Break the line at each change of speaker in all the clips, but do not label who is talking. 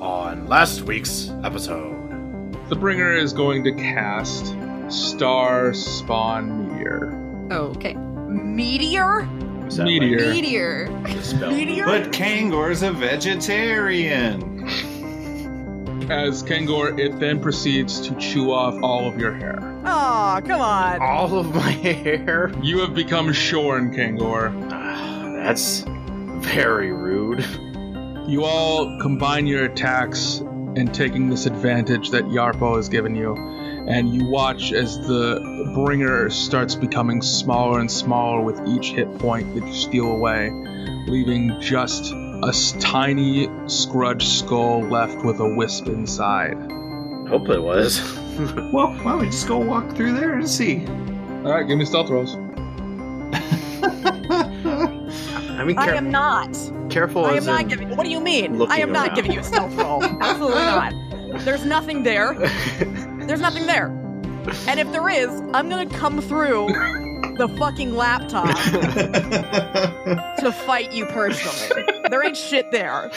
On last week's episode,
The bringer is going to cast Star Spawn Meteor.
Oh,
Okay. Meteor?
Is that
Meteor.
Meteor.
like the spell?
Meteor?
But Kangor's a vegetarian.
As Kangor, it then proceeds to chew off all of your hair.
Aw, come on.
All of my hair.
You have become shorn, Kangor.
Ah, that's very rude.
You all combine your attacks and taking this advantage that Yarpo has given you, and you watch as the bringer starts becoming smaller and smaller with each hit point that you steal away, leaving just a s- tiny scrudge skull left with a wisp inside.
Hope it was.
Well, why don't we just go walk through there and see?
All right, give me stealth rolls.
I mean,
I
care-
am not.
careful
I am
as
not
in-
giving. What do you mean?
looking
I am not
around.
giving you a stealth roll. Absolutely not. There's nothing there. There's nothing there. And if there is, I'm gonna come through the fucking laptop to fight you personally. There ain't shit there.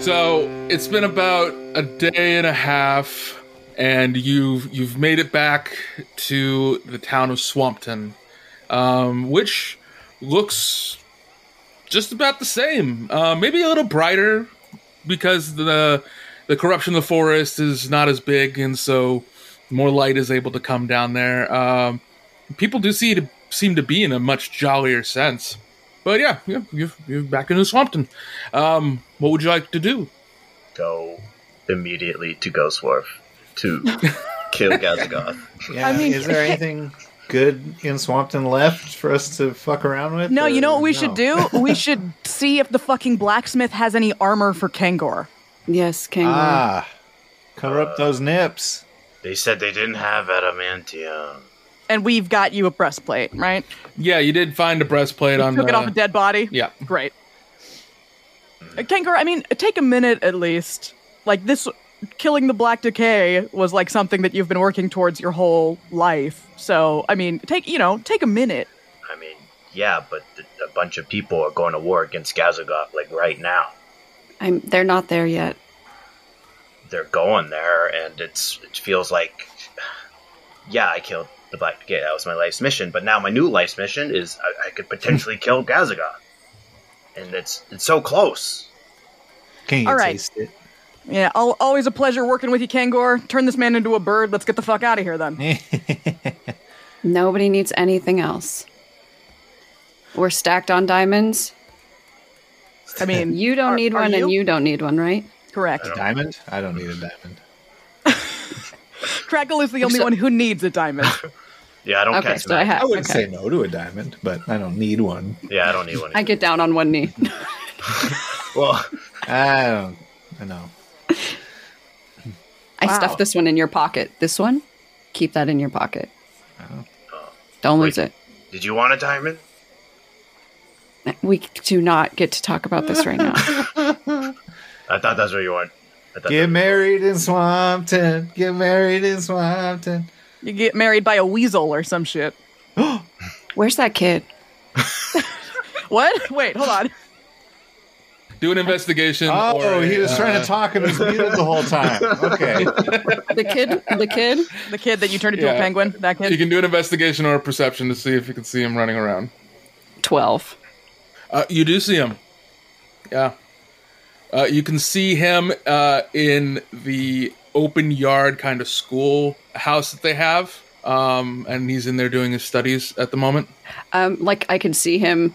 So it's been about a day and a half, and you've you've made it back to the town of Swampton, um, which looks just about the same. Uh, maybe a little brighter because the the corruption of the forest is not as big, and so more light is able to come down there. Um, people do see to, seem to be in a much jollier sense. But yeah, yeah you're, you're back in Swampton. Um, what would you like to do?
go immediately to Ghostwarf to kill Gazagoth.
Yeah,
I mean-
is there anything good in Swampton left for us to fuck around with?
No,
or
you know what we should
no?
do? We should see if the fucking blacksmith has any armor for Kangor.
Yes, Kangor.
Ah, cover up those nips.
Uh, they said they didn't have adamantium.
And we've got you a breastplate, right?
Yeah, you did find a breastplate on.
Took it
uh,
off a dead body.
Yeah,
Great. Uh, Kankar, I mean, take a minute at least. Like this, killing the Black Decay was like something that you've been working towards your whole life. So, I mean, take you know, take a minute.
I mean, yeah, but th- a bunch of people are going to war against Gazagoth like right now.
I'm, they're not there yet.
They're going there, and it's it feels like, yeah, I killed the Black Decay. That was my life's mission. But now my new life's mission is I, I could potentially kill Gazagoth, and it's it's so close.
Can you
All right.
taste it?
Yeah, al- always a pleasure working with you, Kangor. Turn this man into a bird. Let's get the fuck out of here, then.
Nobody needs anything else. We're stacked on diamonds.
I mean,
You don't
Are-
need
are
one,
you?
and you don't need one, right?
correct.
Diamond? I don't need a diamond.
Crackle is the only one who needs a diamond.
Yeah, I don't
Okay,
catch
so I
magic.
have.
I wouldn't
okay.
say no to a diamond, but I don't need one.
yeah, I don't need one.
I get down on one knee.
well,
I don't. I know.
I stuff this one in your pocket. This one, keep that in your pocket.
Oh.
Don't lose it.
did you want a diamond?
We do not get to talk about this right now.
I thought that's what you wanted. I thought
Get married in Swampton. Get married in Swampton.
you get married by a weasel or some shit.
Where's that kid?
What? Wait, hold on.
do an investigation.
Oh,
or a,
he was trying
uh,
to talk and was muted the whole time. Okay.
The kid? The kid?
The kid that you turned into
Yeah.
a penguin. That
You
kid.
can do an investigation or a perception to see if you can see him running around.
Twelve.
Uh, you do see him. Yeah. Uh, you can see him uh, in the open yard kind of school house that they have, um, and he's in there doing his studies at the moment.
Um, like I can see him.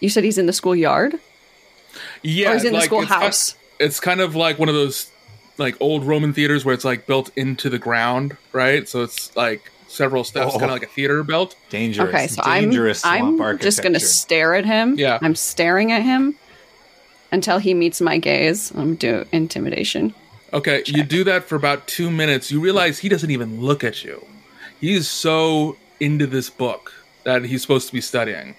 You said he's in the schoolyard.
Yeah,
Or Oh, he's in the
like, it's kind-
schoolhouse.
it's kind of like one of those like old Roman theaters where it's like built into the ground, right? So it's like several steps,
Oh.
kind of like a theater belt.
Dangerous.
Okay, so I'm
dangerous swamp
I'm just gonna
architecture.
stare at him.
Yeah.
I'm staring at him until he meets my gaze. I'm do intimidation.
Okay, you do that for about two minutes. You realize he doesn't even look at you. He's so into this book that he's supposed to be studying.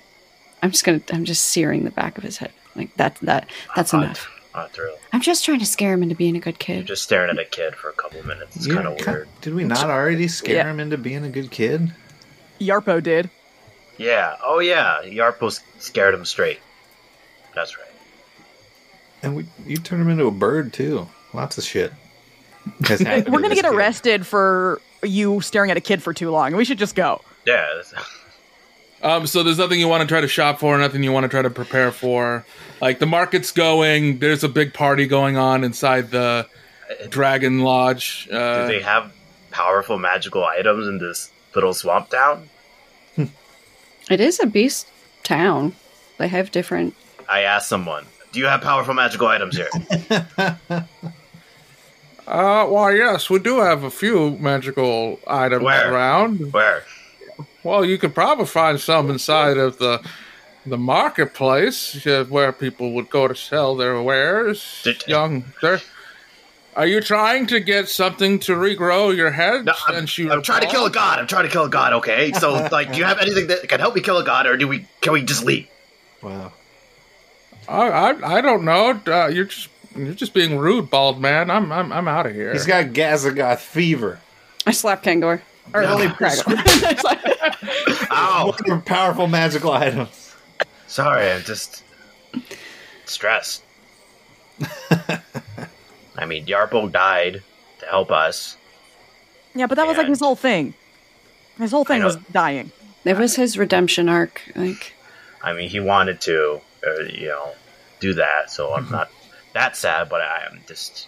I'm just gonna. I'm just searing the back of his head. Like that. That. That's
Odd-
enough.
Odd thrill.
I'm just trying to scare him into being a good kid.
Just staring at a kid for a couple of minutes. It's
You
kind of
ca-
weird.
Did we not already scare
Yeah.
him into being a good kid?
Yarpo did.
Yeah. Oh yeah. Yarpo s- scared him straight. That's right.
And we, you turned him into a bird too. Lots of shit. We're
We're gonna get arrested for you staring at a kid for too long. We should just go.
Yeah. that's-
Um, so there's nothing you want to try to shop for, nothing you want to try to prepare for. Like the market's going, there's a big party going on inside the Dragon Lodge.
Do
Uh,
they have powerful magical items in this little swamp town?
It is a beast town. They have different.
I asked someone. Do you have powerful magical items here?
uh, well, yes, we do have a few magical items
Where?
around.
Where?
Well, you could probably find some inside of the the marketplace uh, where people would go to sell their wares.
Did-
Young sir, are you trying to get something to regrow your head?
No, I'm,
since you
I'm trying to
recall?
kill a god. I'm trying to kill a god. Okay, so like, do you have anything that can help me kill a god, or do we? Can we just leave?
Wow.
I, I, I don't know. Uh, you're just you're just being rude, bald man. I'm I'm I'm out of here.
He's got Gazagoth fever.
I slap Kangor. Or
Only
Craggle.
Ow!
for powerful magical items.
Sorry, I'm just stressed. I mean, Yarpo died to help us.
Yeah, but that was like
And-
his whole thing. His whole thing
know.
was dying.
That was his redemption arc. Like
I mean, he wanted to, uh, you know, do that. So I'm not that sad, but I am just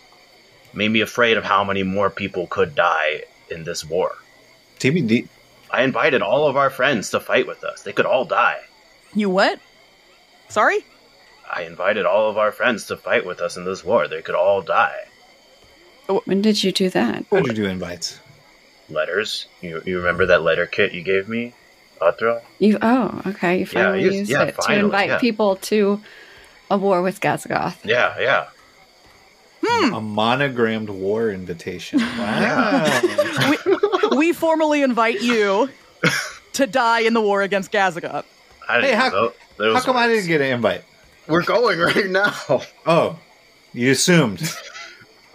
made me afraid of how many more people could die in this war.
TBD.
I invited all of our friends to fight with us. They could all die.
You what? Sorry?
I invited all of our friends to fight with us in this war. They could all die.
Oh, when did you do that?
How'd you do invites?
Letters. You, you remember that letter kit you gave me, Othra?
You oh okay. You finally
you-
used
yeah,
it
finally,
to invite
yeah.
people to a war with Gazagoth.
Yeah, yeah.
A monogrammed war invitation. Wow.
We, we formally invite you to die in the war against Gazagot.
I didn't
Hey, how-
know those
How come I
words.
didn't get an invite?
We're going right now.
Oh, you assumed.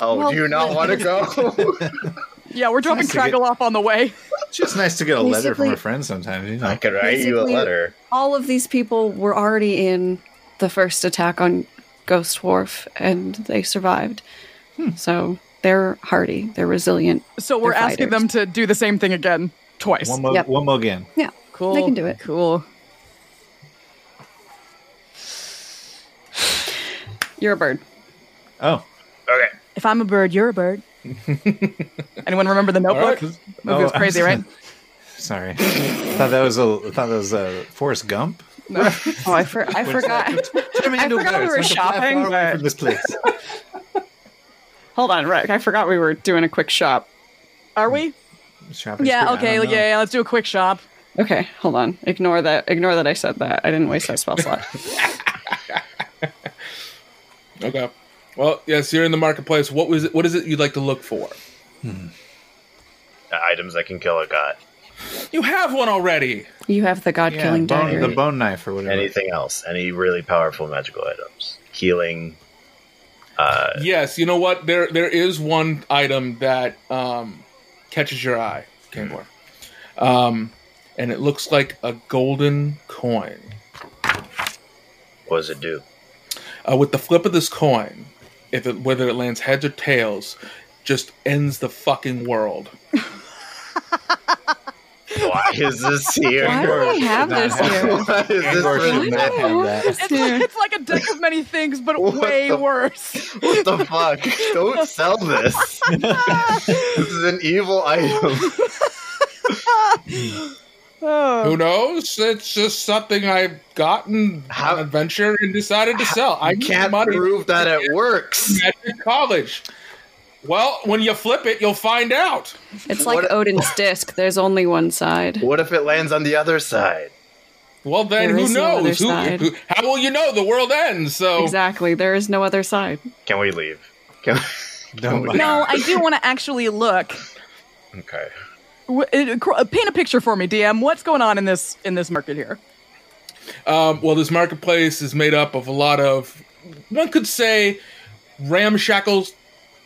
Oh,
Well,
do you not want to go?
Yeah, we're dropping
nice to get-
Craggle off on the way.
It's just nice to get a letter from
Basically-
a friend sometimes, you
I
know.
could write you a
Basically-
letter.
all of these people were already in the first attack on Ghost Wharf and they survived.
Hmm.
So they're hardy, they're resilient.
So we're
They're
asking them
fighters.
to do the same thing again twice.
One more,
Yep.
one more game.
Yeah.
cool.
They can do it.
Cool.
You're a bird.
Oh,
Okay.
If I'm a bird, you're a bird. Anyone remember the
All
notebook?
right.
Movie was
Oh,
crazy, right?
sorry. thought that was a I thought that was a Forrest Gump.
Oh, I, for- I forgot.
Turn me
I
into a
forgot
bird so
we were
can fly far
shopping,
away
but-
from this place.
Hold on, Rick. I forgot we were doing a quick shop.
Are we?
Shopping's
Yeah,
free, I
okay,
don't
yeah,
know.
yeah, let's do a quick shop.
Okay, hold on. Ignore that. Ignore that I said that. I didn't waste that spell slot.
Okay. Well, yes, you're in the marketplace. What was it, what is it you'd like to look for?
Items that can kill a god.
You have one already.
You have the God
Yeah,
killing
bone,
dagger.
the bone knife or whatever.
Anything else? Any really powerful magical items? Healing. uh,
Yes, you know what? There there is one item that um, catches your eye, Kangor. Um, and it looks like a golden coin.
What does it do?
Uh, with the flip of this coin, if it, whether it lands heads or tails, just ends the fucking world.
Why is this here?
Why do they have this here?
Why is this
Angor
for
should not
the-
have that.
It's like, it's like a deck of many things, but
What
way
the-
worse.
What the fuck? Don't sell this. this is an evil item.
Oh.
Who knows? It's just something I got in
How-
an adventure and decided to sell. I
I can't
money
prove that it works.
Magic College. Well, when you flip it, you'll find out.
It's like
What-
Odin's disc. There's only one side.
What if it lands on the other side?
Well, then
There
who
is no other
knows? Who,
side.
who- how will you know? The world ends. So
Exactly. There is no other side.
Can we leave? Can
Don't mind.
No, I do want to actually look.
we... Okay.
W- it- cr- uh, Paint a picture for me, DM. What's going on in this in this market here?
Um, well, this marketplace is made up of a lot of, one could say, ramshackle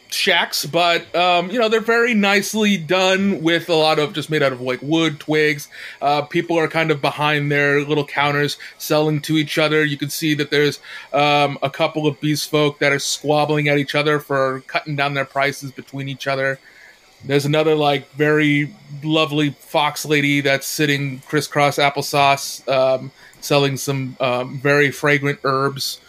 shacks, but um, you know they're very nicely done with a lot of just made out of like wood, twigs. Uh, people are kind of behind their little counters selling to each other. You can see that there's um, a couple of beast folk that are squabbling at each other for cutting down their prices between each other. There's another like very lovely fox lady that's sitting crisscross applesauce, um, selling some um, very fragrant herbs.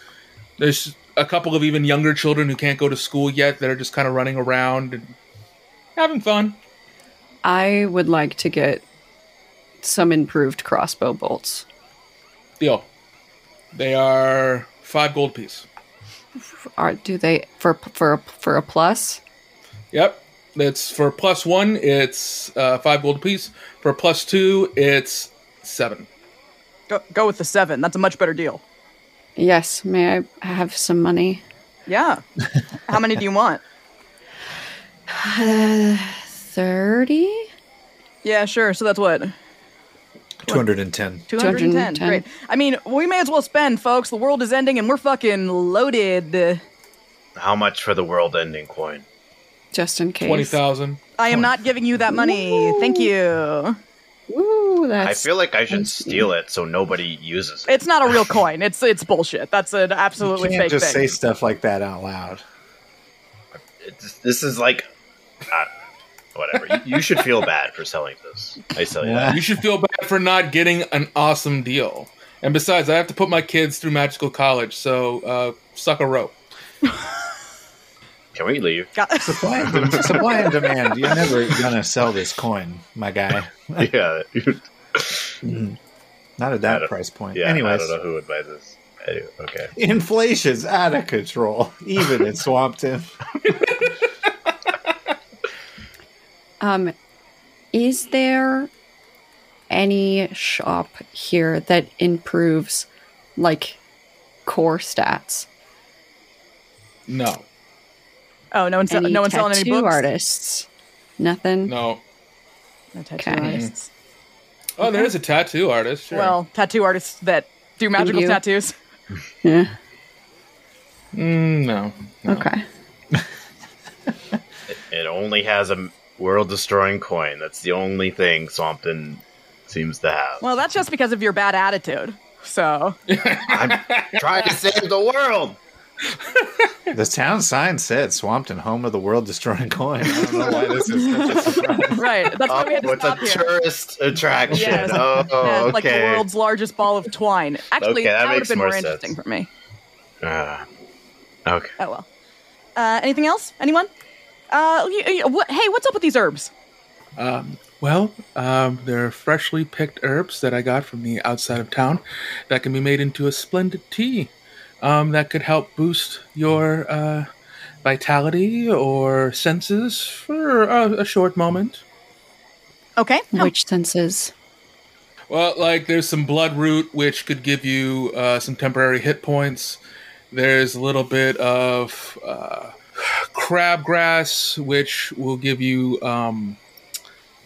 There's a couple of even younger children who can't go to school yet that are just kind of running around and having fun.
I would like to get some improved crossbow bolts.
Deal. They are five gold piece.
Are do they for for for a plus?
Yep. That's for plus one. It's uh, five gold piece. For plus two, it's seven.
Go, go with the seven. That's a much better deal.
Yes. May I have some money?
Yeah. How many do you want?
Uh, Thirty.
Yeah, sure. So that's what
210.
210.
210.
Great. I mean, we may as well spend, folks. The world is ending and we're fucking loaded.
How much for the world ending coin?
Just in case.
20,000.
I am not giving you that money. Thank you.
Ooh, that's.
I feel like I should steal it so nobody uses it.
It's not a real coin. It's it's bullshit. That's an absolutely
You can't
fake
just
thing.
say stuff like that out loud.
It's- this is like. Uh, whatever. You, you should feel bad for selling this. I sell you that.
You should feel bad for not getting an awesome deal. And besides, I have to put my kids through magical college, so uh, suck a rope.
Can we leave?
Supply and, dem- supply and demand. You're never gonna sell this coin, my guy.
Yeah.
Mm. Not at
I
that
don't-
price point.
yeah. I
Anyways,
don't know who would buy this. Anyway, okay.
inflation's out of control, even at Swampton.
Um, is there any shop here that improves like core stats?
No.
Oh, no one's
Any
no one's
tattoo
selling any books.
artists? Nothing.
No.
No tattoo
Okay.
artists.
Oh, there is a tattoo artist. Sure.
Well, tattoo artists that do magical
you.
tattoos.
Yeah.
Mm, no.
Okay.
It only has a world destroying coin. That's the only thing Swampton seems to have.
Well, that's just because of your bad attitude. So
Try to save the world.
The town sign said Swampton, home of the world destroying coin. I don't know why this is such a surprise.
right, that's why
Up
we had to
with a
stop here.
tourist attraction.
Yes.
Oh,
Yeah,
okay.
Like the world's largest ball of twine. Actually,
Okay, that
that, would have
makes
been
more
more,
sense.
interesting for me.
Ah. okay.
Oh well. Uh, anything else? Anyone? Uh, you, you- what, hey, what's up with these herbs?
Well, um, they're freshly picked herbs that I got from the outside of town that can be made into a splendid tea um, that could help boost your uh, vitality or senses for a, a short moment.
Okay. no.
Which senses?
Well, like there's some blood root which could give you uh, some temporary hit points. There's a little bit of uh, crabgrass which will give you um,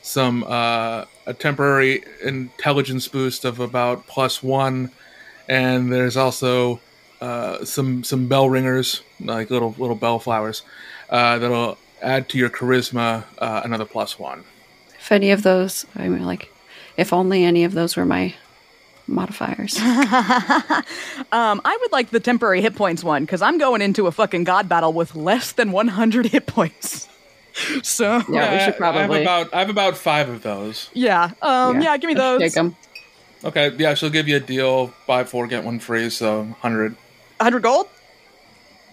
some uh, a temporary intelligence boost of about plus one. And there's also uh, some some bell ringers like little little bell flowers uh, that'll add to your charisma uh, another plus one.
If any of those, I mean, like, if only any of those were my modifiers.
Um, I would like the temporary hit points one because I'm going into a fucking god battle with less than 100 hit points. So
Yeah, we
I-
should
I have
probably
about I have about five of those.
yeah, um, yeah, give me those.
take them.
Okay, yeah, she'll give you a deal: buy four, get one free. So hundred.
100 gold.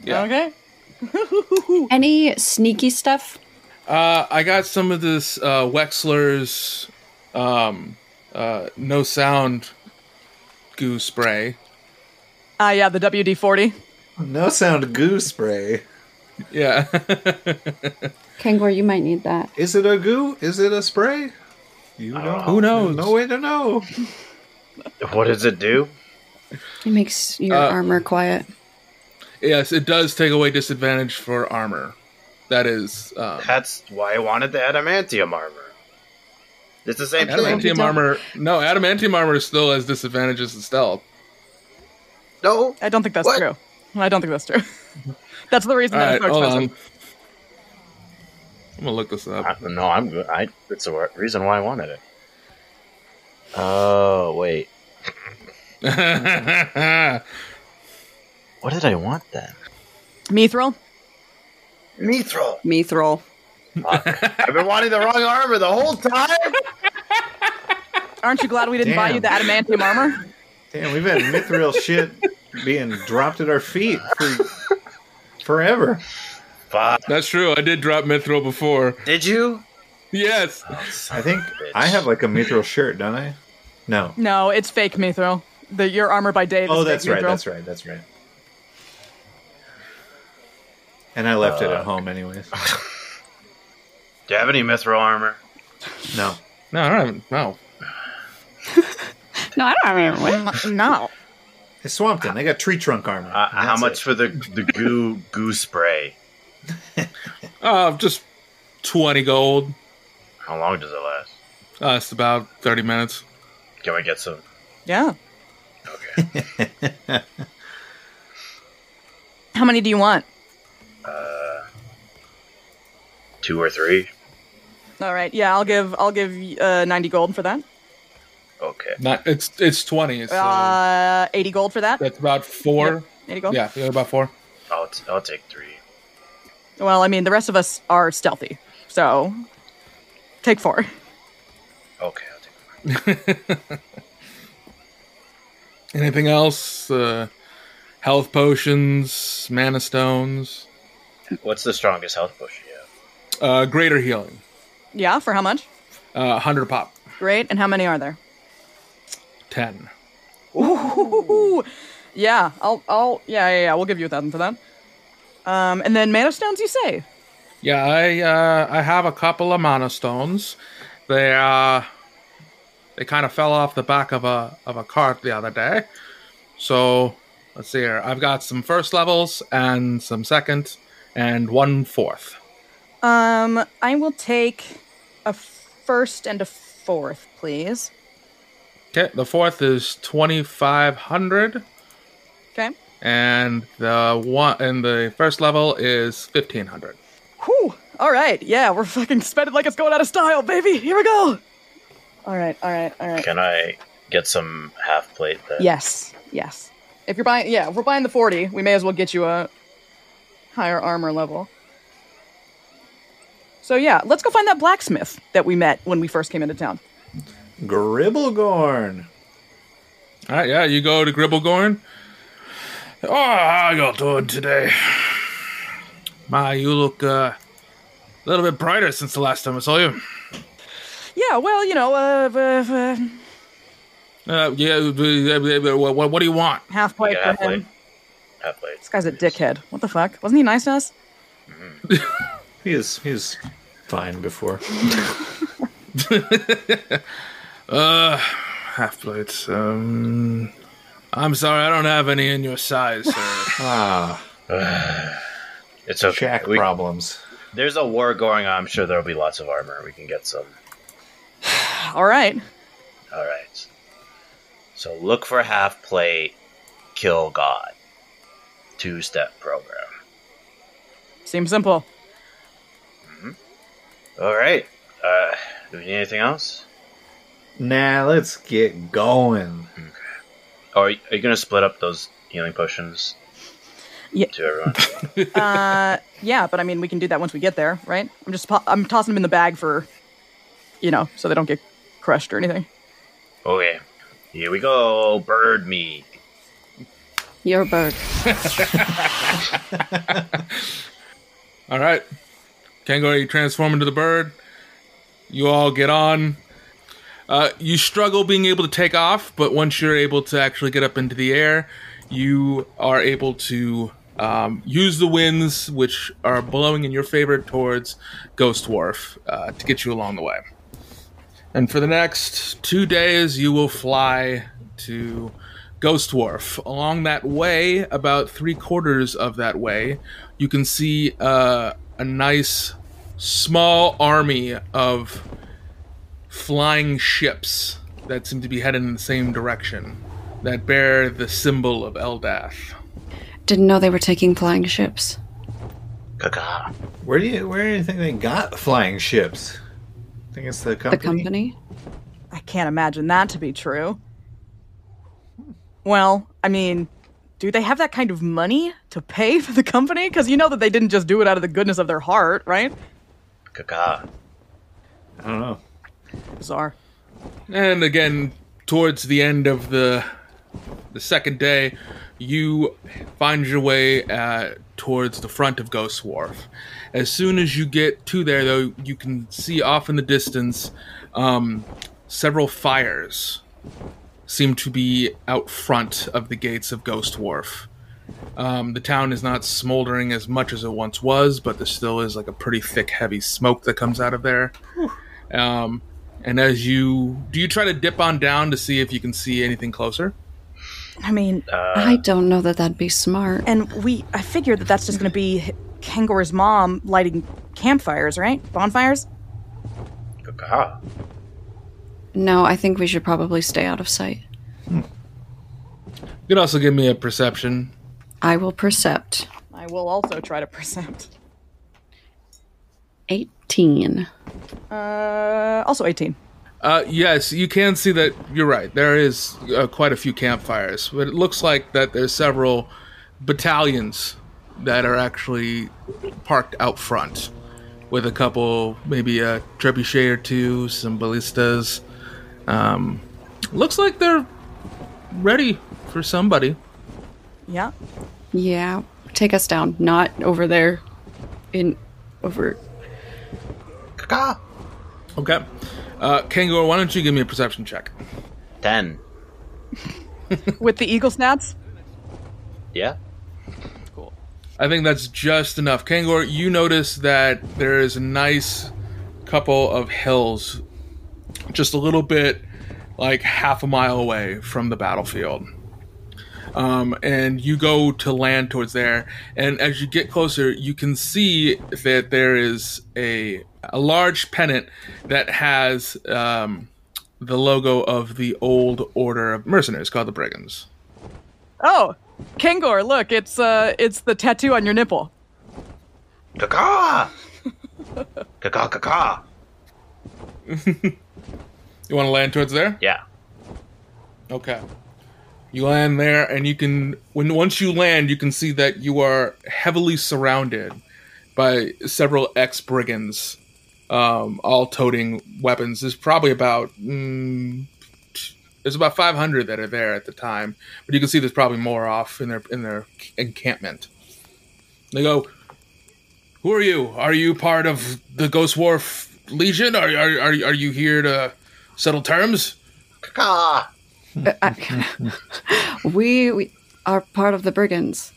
Yeah.
Okay.
Any sneaky stuff?
Uh, I got some of this uh, Wexler's um, uh, no sound goo spray.
Ah, yeah, the WD 40.
No sound goo spray.
Yeah,
Kangor, you might need that.
Is it a goo? Is it a spray? You don't know.
who knows?
No way to know.
What does it do?
It makes your
Uh,
armor quiet.
Yes, it does take away disadvantage for armor. That is um,
That's why I wanted the adamantium armor. It's the same thing.
adamantium armor. No, adamantium armor still has disadvantages in stealth.
No.
I don't think that's
What?
true. I don't think that's true. that's the reason
All
that it's
right,
so
hold on.
expensive.
I'm gonna look this up.
I- no, I'm. good. I. It's the wa- reason why I wanted it. Oh wait, what did I want then?
Mithril?
Mithril.
Mithril.
I've been wanting the wrong armor the whole time.
Aren't you glad we didn't buy you the adamantium armor?
Damn, we've had mithril shit being dropped at our feet for forever.
Fuck.
That's true. I did drop mithril before.
Did you?
Yes.
I think I have like a mithril shirt, don't I? No.
No, it's fake Mithril. The, your armor by day.
Oh, that's right. That's right. That's right. And I left it at home, anyways.
Uh, Do you have any mithril armor?
No.
No, I don't. Have, no.
No, I don't remember.
right. No.
It's Swampton. They got tree trunk armor.
Uh,
That's
how much
it.
for the the goo goo spray?
Uh, just twenty gold.
How long does it last?
Uh, it's about thirty minutes.
Can we get some?
Yeah. Okay. How many do you want?
Uh, Two or three?
All right. Yeah, I'll give I'll give uh, 90 gold for that.
Okay.
Not. It's it's twenty. So
Uh, 80 gold for that.
that's about four.
80 gold.
Yeah, yeah, about four.
I'll, t- I'll take three.
Well, I mean, the rest of us are stealthy. So take 4.
Okay, I'll take three.
Anything else? Uh, health potions, mana stones,
What's the strongest health potion you have?
uh, greater healing,
Yeah, for how much?
uh, hundred pop,
Great. And how many are there?
ten.
Ooh. Yeah, I'll I'll yeah, yeah, yeah, we'll give you a 1000 for that. Um, and then mana stones you say?
Yeah, I uh, I have a couple of mana stones. They uh, they kind of fell off the back of a of a cart the other day. So let's see here. I've got some first levels and some second and one fourth.
Um, I will take a first and a fourth, please.
Okay, the fourth is twenty five hundred,
Okay.
and the one and the first level is fifteen hundred.
Whew. All right. Yeah, we're fucking spending like it's going out of style, baby. Here we go. All right. All right. All right.
Can I get some half plate then?
Yes. Yes. If you're buying, yeah, if we're buying the 40, we may as well get you a higher armor level. So yeah, let's go find that blacksmith that we met when we first came into town.
Gribblegorn.
All right, yeah, you go to Gribblegorn. Oh, how y'all doing today? My, you look uh, a little bit brighter since the last time I saw you.
Yeah. Well, you know, uh, uh, uh
Uh, yeah, what, what, what do you want?
half
Can I
plate
get
for
half plate.
him.
Half plate.
This guy's a dickhead. What the fuck? Wasn't he nice to us?
He is he was fine before.
Half plates. Uh, Um, I'm sorry, I don't have any in your size. Sir.
Ah,
It's okay.
Jack
We-
problems.
There's a war going on. I'm sure there'll be lots of armor. We can get some.
All right.
All right. So look for half plate, kill god. Two step program.
Seems simple.
All right. Uh, do we need anything else?
Nah, let's get going.
Oh, Or are you, are you gonna split up those healing potions?
Yeah.
to everyone.
Uh, yeah, but I mean, we can do that once we get there, right? I'm just po- I'm tossing them in the bag for, you know, so they don't get crushed or anything.
okay, here we go. Bird me.
Your bird.
All right. Kangor, you transform into the bird. You all get on. Uh, you struggle being able to take off, but once you're able to actually get up into the air, you are able to um, use the winds, which are blowing in your favor towards Ghost Wharf, uh, to get you along the way. And for the next two days, you will fly to Ghost Wharf. Along that way, about three quarters of that way, you can see uh, a nice small army of flying ships that seem to be headed in the same direction that bear the symbol of Eldath.
Didn't know they were taking flying ships.
Caca.
Where do you where do you think they got flying ships? I think it's the company.
The company?
I can't imagine that to be true. Well, I mean, do they have that kind of money to pay for the company? Because you know that they didn't just do it out of the goodness of their heart, right?
Caca.
I don't know.
Bizarre.
And again, towards the end of the the second day, you find your way uh, towards the front of Ghost Wharf. As soon as you get to there, though, you can see off in the distance um, several fires seem to be out front of the gates of Ghost Wharf. Um, the town is not smoldering as much as it once was, but there still is like a pretty thick, heavy smoke that comes out of there. Um, and as you do, you try to dip on down to see if you can see anything closer.
I mean,
Uh,
I don't know that that'd be smart.
and we I figured that that's just going to be Kangor's mom lighting campfires, right? Bonfires?
Caca.
No, I think we should probably stay out of sight.
You can also give me a perception.
I will percept.
I will also try to present.
18.
Uh, also 18.
Uh, yes, you can see that. You're right. There is uh, quite a few campfires, but it looks like that there's several battalions that are actually parked out front, with a couple, maybe a trebuchet or two, some ballistas. Um, looks like they're ready for somebody.
Yeah.
Yeah, take us down. Not over there. In over.
Caca.
Okay. Uh, Kangor, why don't you give me a perception check?
Ten.
With the eagle snats?
Yeah.
I think that's just enough. Kangor, you notice that there is a nice couple of hills just a little bit like half a mile away from the battlefield. Um, and you go to land towards there, and as you get closer, you can see that there is a a large pennant that has um, the logo of the old order of mercenaries called the Brigands.
Oh, Kangor, look, it's uh it's the tattoo on your nipple.
Caca. Caca. Caca.
You want to land towards there?
Yeah.
Okay. You land there, and you can when once you land, you can see that you are heavily surrounded by several ex brigands, um, all toting weapons. There's probably about mm, t- there's about 500 that are there at the time, but you can see there's probably more off in their in their encampment. They go, "Who are you? Are you part of the Ghost Wharf Legion? Are are are, are you here to settle terms?"
Caca.
We, we are part of the brigands.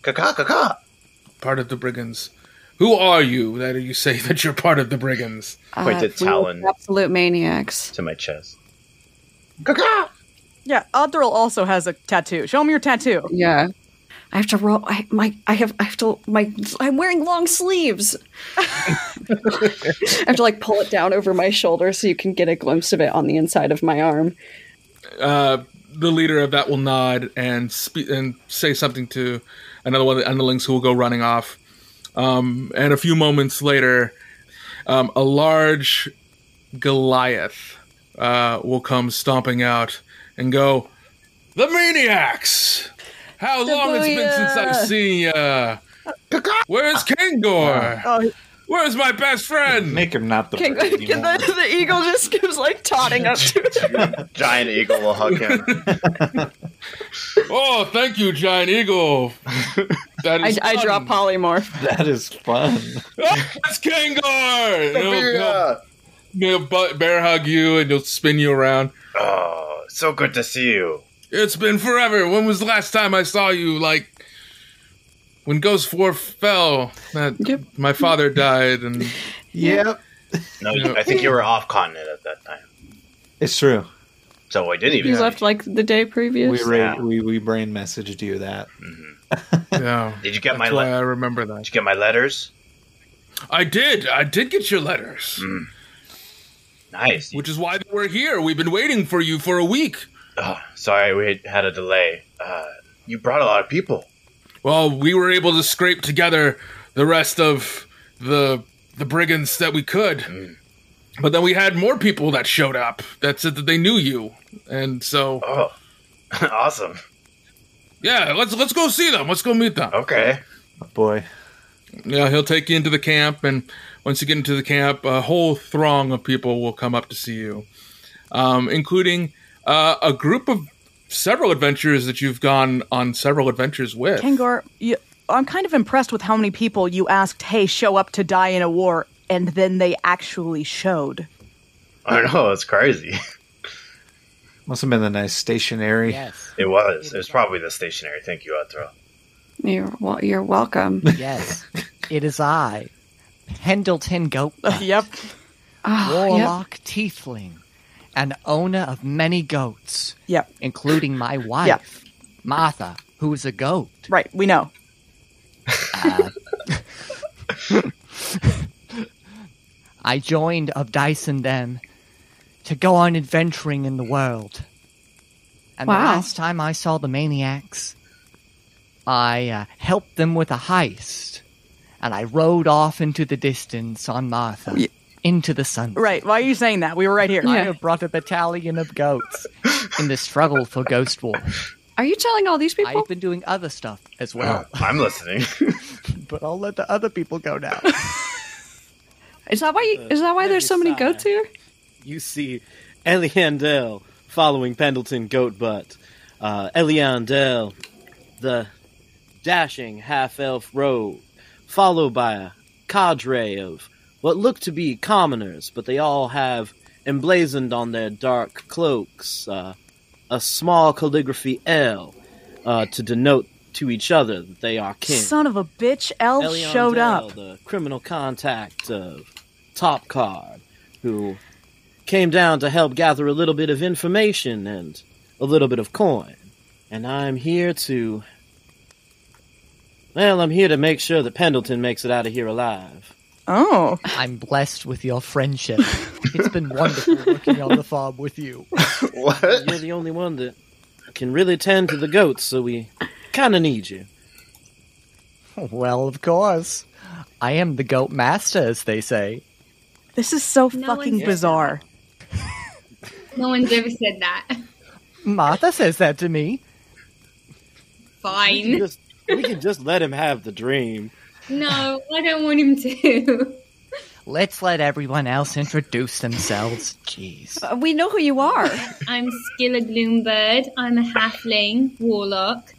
Caca. Caca.
part of the brigands. Who are you that you say that you're part of the brigands?
Uh,
Point to
Uh, we were
Talon
Absolute maniacs.
to my chest. Caca.
Yeah, Adril also has a tattoo. Show him your tattoo.
Yeah. I have to roll. I my I have I have to my I'm wearing long sleeves. I have to like pull it down over my shoulder so you can get a glimpse of it on the inside of my arm.
uh, The leader of that will nod and spe- and say something to another one of the underlings who will go running off. Um, and a few moments later, um, a large Goliath uh, will come stomping out and go, "The maniacs! How long it's been since I've seen ya? Where's Kangor?
Oh,
Where's my best friend?
Make him not the
can,
bird
can
anymore.
the, the eagle just keeps like totting up to it.
Giant eagle will hug him.
Oh, thank you, Giant Eagle. That
I,
is
I
fun.
drop polymorph.
That is fun.
Ah, it's Kangor. And he'll- he'll-
Sophia!
He'll bu- bear hug you and he'll spin you around.
Oh, so good to see you.
It's been forever. When was the last time I saw you? Like when Ghost War fell, that
Yep.
my father died, and
Yep.
No, I think you were off continent at that time,
It's true.
so I didn't even.
You left like the day
We,
previous.
ra- we we brain messaged you that.
yeah,
Mm-hmm. Did you get my
that's why
le-
I remember that.
Did you get my letters?
I did. I did get your letters,
Mm. Nice.
which is why we're here. We've been waiting for you for a week.
Oh, sorry, we had- had a delay. Uh, you brought a lot of people.
Well, we were able to scrape together the rest of the the brigands that we could.
Mm.
But then we had more people that showed up that said that they knew you. And so
Oh, awesome.
yeah, let's let's go see them. Let's go meet them.
Okay.
Boy.
Yeah, he'll take you into the camp, and once you get into the camp, a whole throng of people will come up to see you, um, including uh, a group of several adventurers that you've gone on several adventures with.
Kangor, you, I'm kind of impressed with how many people you asked, hey, show up to die in a war, and then they actually showed.
I don't know. It's crazy.
Must have been the nice stationary.
Yes.
It was. It was probably the stationary. Thank you, Athro.
You're, well, you're welcome.
Yes. it is I, Pendleton Goat,
yep.
Ah,
Warlock Tiefling, an owner of many goats,
Yep.
including my wife, Martha, who is a goat.
Right. We know.
Uh, I joined of Dice and them to go on adventuring in the world. And the
Wow.
last time I saw the maniacs, I uh, helped them with a heist, and I rode off into the distance on Martha into the sun.
Right. Why are you saying that? We were right here.
I have brought a battalion of goats in the struggle for Ghost War.
Are you telling all these people?
I've been doing other stuff as well,
Well, Oh, I'm listening.
but I'll let the other people go now.
Is that why? You, is that why there's so many
Every sigh.
goats here?
you see Eliandel following Pendleton Goatbutt. Uh, Eliandel, the dashing half elf rogue, followed by a cadre of what look to be commoners, but they all have emblazoned on their dark cloaks uh, a small calligraphy L uh, to denote to each other that they are kin.
Son of a bitch, Elf
Elion
Oh, showed
Dell,
up.
The criminal contact of Top Card, who came down to help gather a little bit of information and a little bit of coin. And I'm here to. Well, I'm here to make sure that Pendleton makes it out of here alive.
Oh.
I'm blessed with your friendship. it's been wonderful working on the farm with you.
What?
You're the only one that can really tend to the goats, so we kind of need you.
Well, of course. I am the goat master, as they say.
This is so
No
fucking
one's-
bizarre.
No one's ever said that.
Martha says that to me.
Fine.
just, we can just let him have the dream.
No, I don't want him to.
Let's let everyone else introduce themselves. Jeez.
Uh, We know who you are.
I'm Skilla Gloombird. I'm a halfling warlock.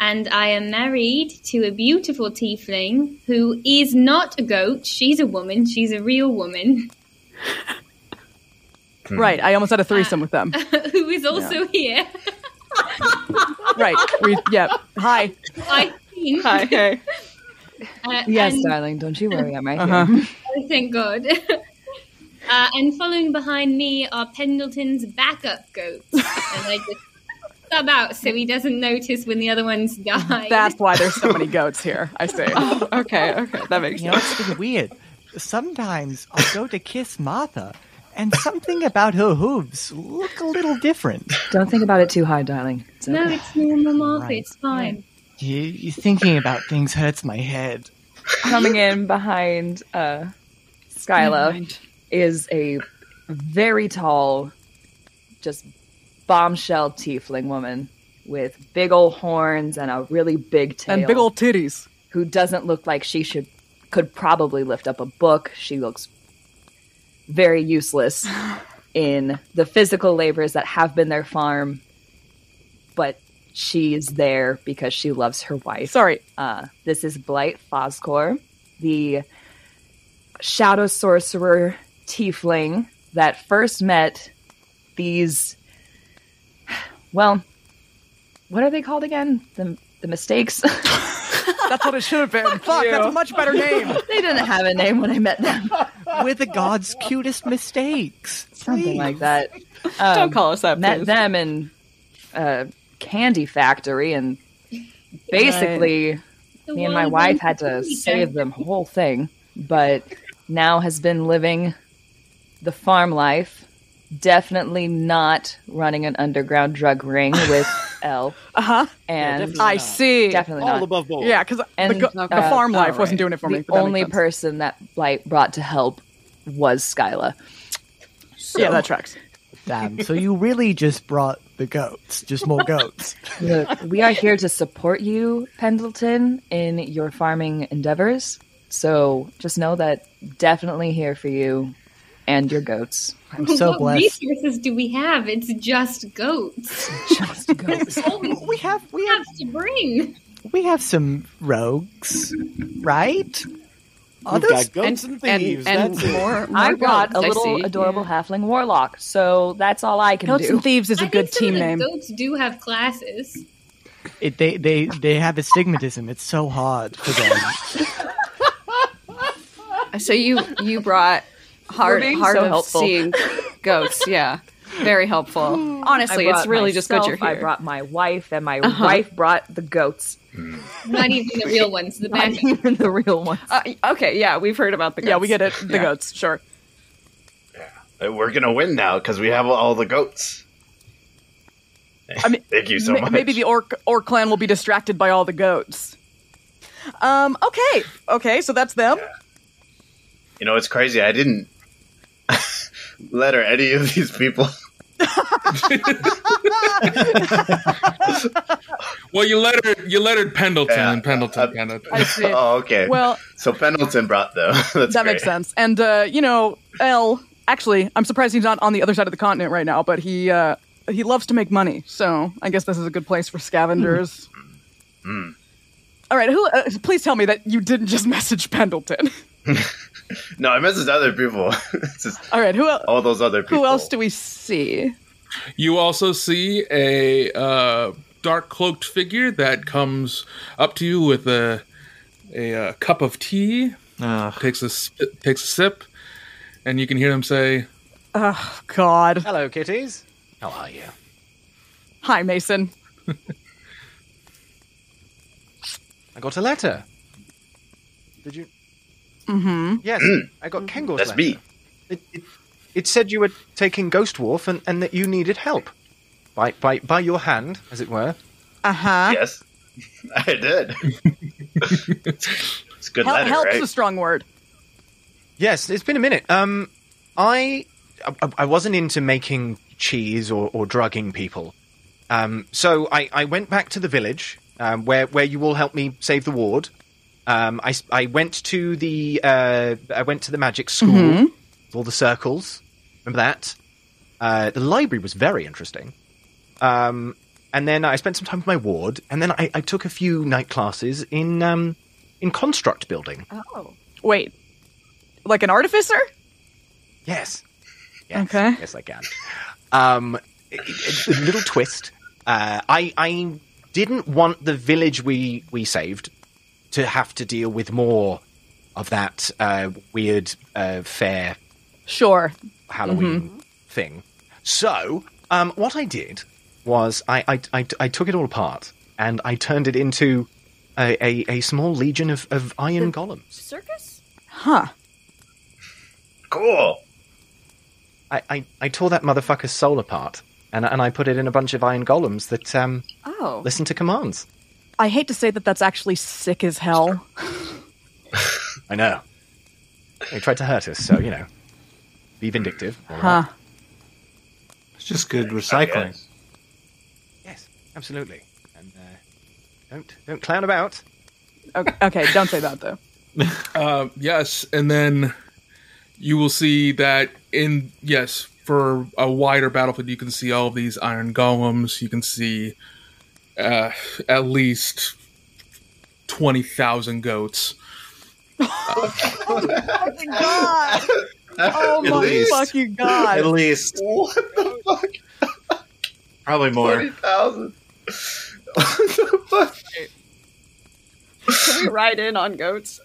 And I am married to a beautiful tiefling who is not a goat. She's a woman. She's a real woman
Hmm.
Right. I almost had a threesome with them.
who is also here.
Right. We, yeah. Hi.
I think.
Hi, hey.
Uh,
Yes,
and-
darling, don't you worry. I'm right
Uh-huh.
here.
Oh, thank God. Uh, and following behind me are Pendleton's backup goats. and I just sub out so he doesn't notice when the other ones die.
That's why there's so many goats here. I see.
Okay, okay, that makes
You
sense.
know, it's been weird. Sometimes I'll go to kiss Martha, and something about her hooves look a little different.
Don't think about it too hard, darling. So,
no, it's normal, Martha.
Right.
It's fine.
You, you thinking about things hurts my head.
coming in behind uh, Skyla is a very tall, just bombshell tiefling woman with big old horns and a really big tail
And big ol' titties.
Who doesn't look like she should could probably lift up a book. She looks very useless in the physical labors that have been their farm, but she's there because she loves her wife.
Sorry.
Uh, this is Blight Foscor, the shadow sorcerer tiefling that first met these. Well, what are they called again? The, the mistakes.
That's what it should have been. Fuck, that's a much better name.
they didn't have a name when I met them.
With the god's cutest mistakes.
Something like that. Um,
Don't call us that,
Met
please.
them in uh, candy factory, and basically,
The
me and my
one
wife
that
had to
we
save them whole thing. But now has been living the farm life. Definitely not running an underground drug ring with L.
Uh huh.
And
I see.
Definitely not.
Yeah, because the, go- the
uh,
farm life
alright.
wasn't doing it for
the
me. but that
only
makes sense.
person that Blight brought to help was Skyla.
Yeah, that tracks.
Damn, so you really just brought the goats, just more goats.
Look, we are here to support you, Pendleton, in your farming endeavors. So just know that definitely here for you and your goats.
what resources do we have? It's just goats.
just goats.
we have we
have to bring.
We have some rogues, right?
We've got goats
and
thieves,
and
that's it.
more- more
I brought
goats,
a
I
little
see.
adorable halfling warlock, so that's all I can
Goats
do.
and Thieves is
I think some of the Goats do have classes.
It, they they they have astigmatism. It's so hard for them.
So you you brought
We're
hard
being
hard
so
of
helpful.
seeing goats. Yeah, very helpful. Honestly,
I
it's
brought
really just good you're
myself,
here.
I brought my wife, and my
Uh-huh.
wife brought the goats.
Not even the real ones. The
Not
bad
even the real ones.
Uh, okay, yeah, we've heard about the goats.
Yeah, we get it. The
Yeah.
goats, sure.
Uh, We're gonna win now because we have all the goats.
I mean,
thank you so
Ma-
much.
Maybe the orc orc clan will be distracted by all the goats. Um. Okay. Okay. So that's them.
You know, it's crazy. I didn't letter any of these people.
Well, you lettered you lettered Pendleton
Yeah. Uh,
and Pendleton. Pendleton.
I see.
Oh, okay.
Well-
so Pendleton brought them. That's
that makes
great.
sense. And uh, you know, L. Actually, I'm surprised he's not on the other side of the continent right now. But he uh, he loves to make money, so I guess this is a good place for scavengers.
Hmm.
All right, who? Uh, please tell me that you didn't just message Pendleton.
No, I messaged other people. It's just
All right, who? el-
all those other people.
Who else do we see?
You also see a uh, dark cloaked figure that comes up to you with a a, uh cup of tea. Takes a sp- takes a sip, and you can hear him say,
Oh God!
Hello, kitties. How are you?
Hi, Mason.
I got a letter. Did you?
Mm-hmm.
Yes, I got Kengor's
Mm. That's
letter.
me.
It, it, it said you were taking Ghost Wharf and, and that you needed help. By, by, by your hand, as it were.
Uh
Uh-huh.
huh.
Yes, I did. it's a good letter,
help's
right?
a strong word.
Yes, it's been a minute. Um, I I, I wasn't into making cheese or, or drugging people. Um, so I, I went back to the village um, where where you all helped me save the ward. Um, I, s- I went to the uh, I went to the magic school,
Mhm.
with all the circles. Remember that? Uh, the library was very interesting. Um, and then I spent some time with my ward, and then I, I took a few night classes in um, in construct building.
Oh. Wait. Like an artificer?
Yes. Yes.
Okay.
Yes, I can. Um, it- it- a little twist. Uh, I I didn't want the village we we saved to have to deal with more of that uh, weird uh, fair
Sure.
Halloween thing. So um, what I did was I, I, I, I took it all apart and I turned it into a, a, a small legion of, of iron golems.
Circus?
Huh.
Cool.
I, I, I tore that motherfucker's soul apart and, and I put it in a bunch of iron golems that um,
Oh.
listen to commands.
I hate to say that that's actually sick as hell.
I know. They tried to hurt us, so, you know, be vindictive. all
Huh.
right.
It's just good recycling.
Yes. absolutely. And uh, don't don't clown about.
Okay, okay don't say that though.
Uh, yes, and then you will see that in yes for a wider battlefield, you can see all of these iron golems. You can see uh, at least twenty thousand goats.
God. Oh
At
my
least.
fucking god.
At least. What the fuck?
Probably more.
20,000.
Can we ride in on goats?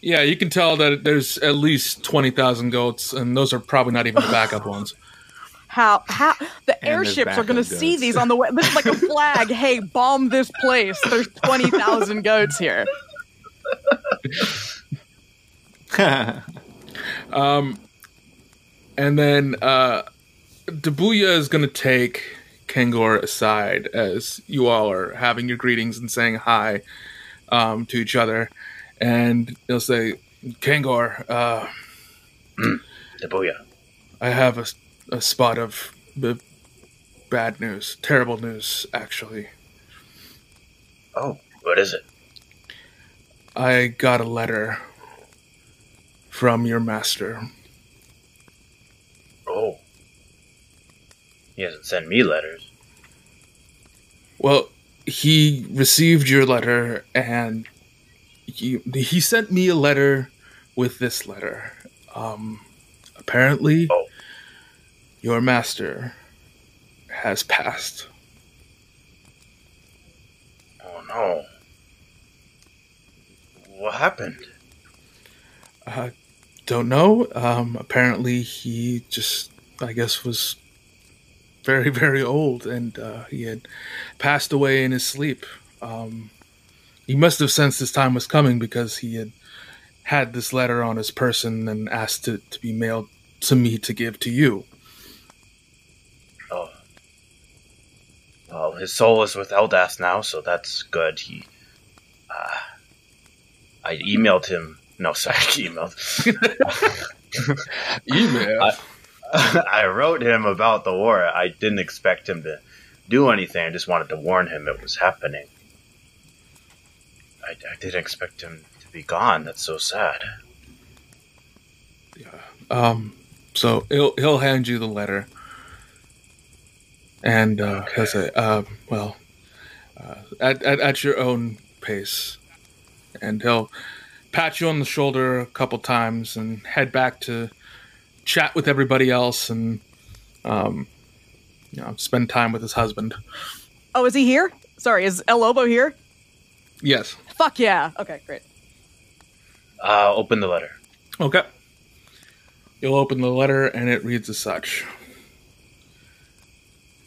Yeah, you can tell that there's at least twenty thousand goats, and those are probably not even the backup ones.
How how the
And there's
airships are going to
backup
see
goats.
these on the way? This is like a flag. hey, bomb this place. There's twenty thousand goats here.
um, and then uh, Dabuya is going to take Kangor aside as you all are having your greetings and saying hi um, to each other, and he'll say, "Kangor, uh,
Mm, Dabuya.
I have a, a spot of b- bad news, terrible news, actually.
Oh, what is it?
I got a letter from your master.
Oh. He hasn't sent me letters.
Well, he received your letter and he, he sent me a letter with this letter. Um, apparently, your master has passed.
Oh no. What happened?
I Uh, don't know. Um, apparently, he just, I guess, was very, very old and uh, he had passed away in his sleep. Um, he must have sensed his time was coming because he had had this letter on his person and asked it to be mailed to me to give to you.
Oh. Well, his soul is with Eldath now, so that's good. He. Uh, I emailed him. No, sorry, I emailed.
Email?
I, I wrote him about the war. I didn't expect him to do anything. I just wanted to warn him it was happening. I, I didn't expect him to be gone. That's so sad.
Um, so he'll he'll hand you the letter, and uh, he'll say, uh, "Well, uh, at, at at your own pace," and he'll pat you on the shoulder a couple times and head back to chat with everybody else and um, you know, spend time with his husband.
Oh, is he here? Sorry, is El Lobo here?
Yes.
Fuck yeah. Okay, great.
Uh, open the letter.
Okay. You'll open the letter and it reads as such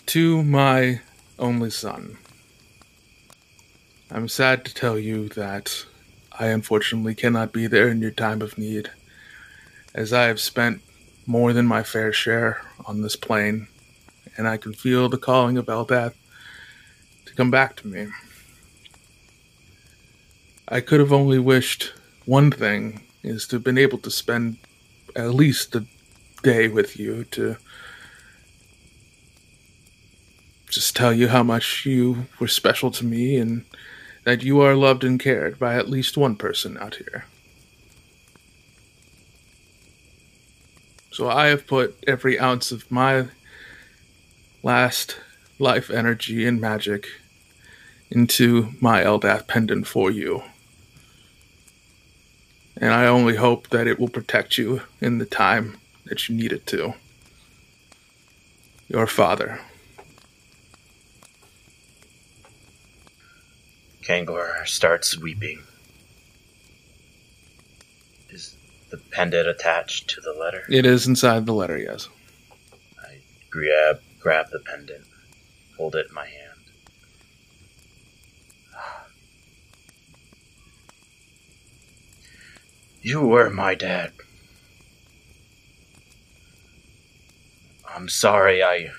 To my only son, I'm sad to tell you that I unfortunately cannot be there in your time of need, as I have spent more than my fair share on this plane, and I can feel the calling of Eldath to come back to me. I could have only wished one thing is to have been able to spend at least a day with you to just tell you how much you were special to me and that you are loved and cared by at least one person out here. So I have put every ounce of my last life energy and magic into my Eldath pendant for you. And I only hope that it will protect you in the time that you need it to. Your father.
Kangor starts weeping. Is the pendant attached to the letter?
It is inside the letter, yes.
grab grab the pendant, hold it in my hand. You were my dad. I'm sorry I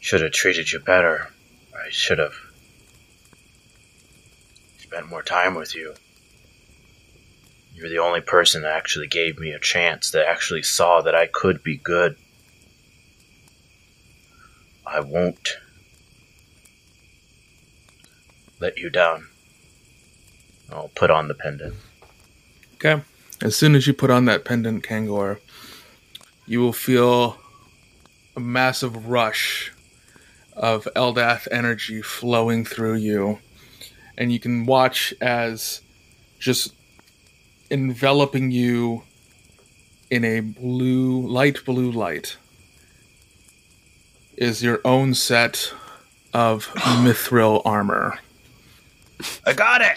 should have treated you better. I should have spent more time with you. You're the only person that actually gave me a chance, that actually saw that I could be good. I won't let you down. I'll put on the pendant.
Okay. As soon as you put on that pendant, Kangor, you will feel a massive rush of Eldath energy flowing through you. And you can watch as just enveloping you in a blue, light blue light is your own set of mithril armor.
I got it.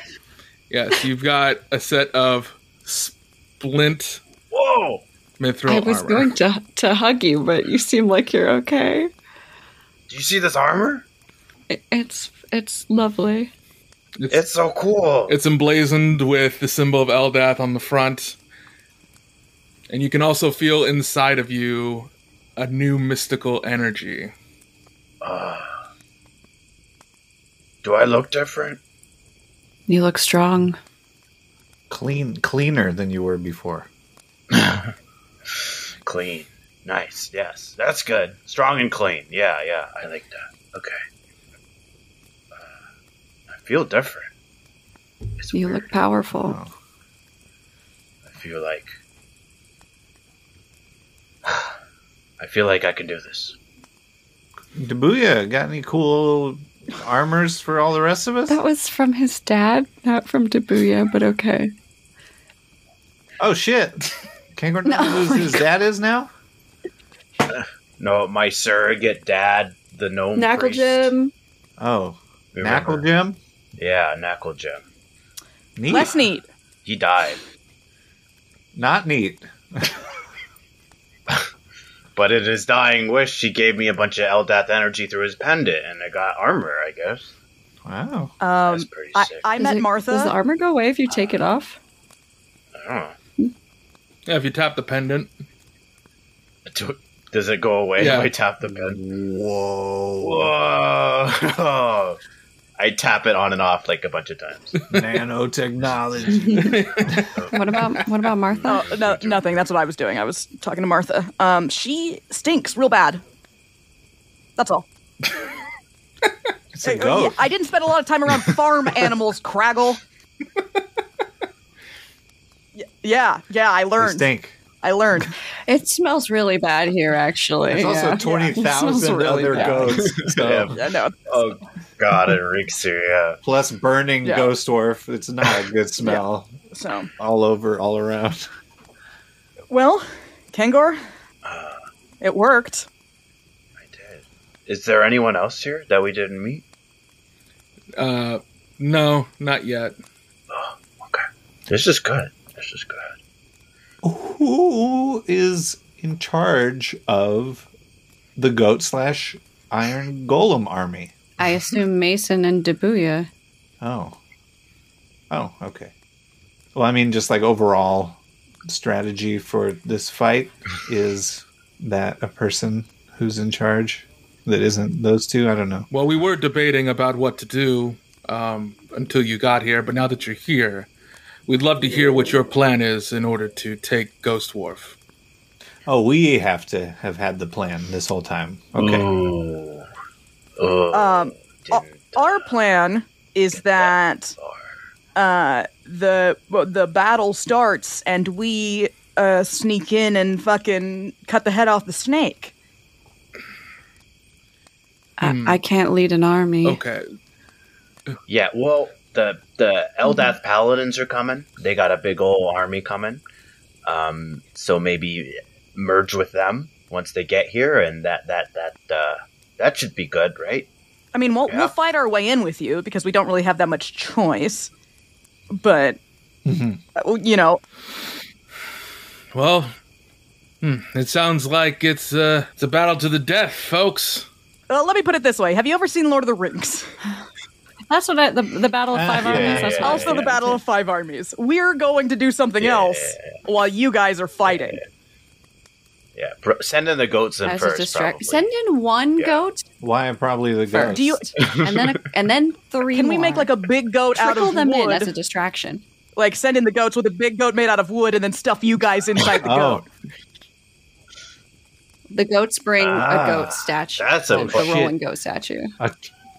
Yes, you've got a set of splint.
Whoa!
Mithril
I was
armor.
going to to hug you, but you seem like you're okay.
Do you see this armor?
It, it's it's lovely.
It's,
so cool.
It's emblazoned with the symbol of Eldath on the front. And you can also feel inside of you a new mystical energy.
Ah. do I look different?
You look strong.
Clean, cleaner than you were before.
Clean. Nice. Yes. That's good. Strong and clean. Yeah, yeah. I like that. Okay. Uh, I feel different.
you look powerful.
I feel like. I feel like I can do this.
Dabuya, got any cool armors for all the rest of us?
That was from his dad, not from Dabuya, but okay.
Oh shit! Kangor knows who his dad is now.
No, my surrogate dad, the gnome.
Knuckle
priest.
Jim.
Oh,
Remember?
Knackle Jim.
Yeah, Knackle Jim.
Neat.
Less neat.
He died,
Not neat.
but in his dying wish, he gave me a bunch of Eldath energy through his pendant, and I got armor. I guess.
Wow.
Um, I, I
Does
met
it-
Martha.
Does the armor go away if you take it off?
Oh.
Yeah, if you tap the pendant.
Does it go away
Yeah.
if I tap the pen? Whoa. Whoa. I tap it on and off like a bunch of times.
Nanotechnology.
what about what about Martha? Oh, no, nothing. That's what I was doing. I was talking to Martha. Um, she stinks real bad. That's all.
It's
Uh, yeah, I didn't spend a lot of time around farm animals, Craggle. Y- yeah, yeah, I learned.
stink.
I learned.
It smells really bad here, actually.
There's also
Yeah.
twenty
It smells
thousand
really
other
bad.
ghosts. So.
Yeah. Oh God, it reeks here. Yeah.
Plus burning
Yeah.
ghost dwarf. It's not a good smell.
So,
All over, all around.
well, Kangor, it worked.
Is there anyone else here that we didn't meet?
Uh, no, not yet.
This is good. This is good.
Who is in charge of the goat slash iron golem army?
I assume Mason and Dabuya.
Oh. Oh, okay. Well, I mean, just like overall strategy for this fight is that a person who's in charge that isn't those two? I don't know.
Well, we were debating about what to do um, until you got here, but now that you're here, we'd love to hear what your plan is in order to take Ghost Wharf.
Oh, we have to have had the plan this whole time. Okay.
Mm.
oh,
Um, o- our plan is that uh, the well, the battle starts and we uh, sneak in and fucking cut the head off the snake.
Hmm.
I, I can't lead an army.
Okay.
Yeah, well, the the Eldath Paladins are coming. They got a big old army coming. Um, so maybe merge with them once they get here, and that that that uh, that should be good, right?
I mean, we'll,
Yeah.
we'll fight our way in with you because we don't really have that much choice. But uh, well, you know,
Mm-hmm. Well, hmm, it sounds like it's uh, it's a battle to the death, folks.
uh, let me put it this way: Have you ever seen Lord of the Rings?
That's what I, the the Battle of
Ah,
Five Armies. that's what I
also the
did.
Battle of Five Armies. We're going to do something else while you guys are fighting.
Yeah, pro- send in the goats in first. probably.
Send in one goat,
Why probably the
Fair.
ghost?
Do you- and then a, and then three.
Can we
more.
make like a big goat
trickle
out of
them
wood?
in as a distraction?
like send in the goats
Oh.
with a big goat made out of wood, and then stuff you guys inside the goat.
The goats bring
Ah,
a goat statue.
that's a
the, the
bullshit.
rolling goat statue.
A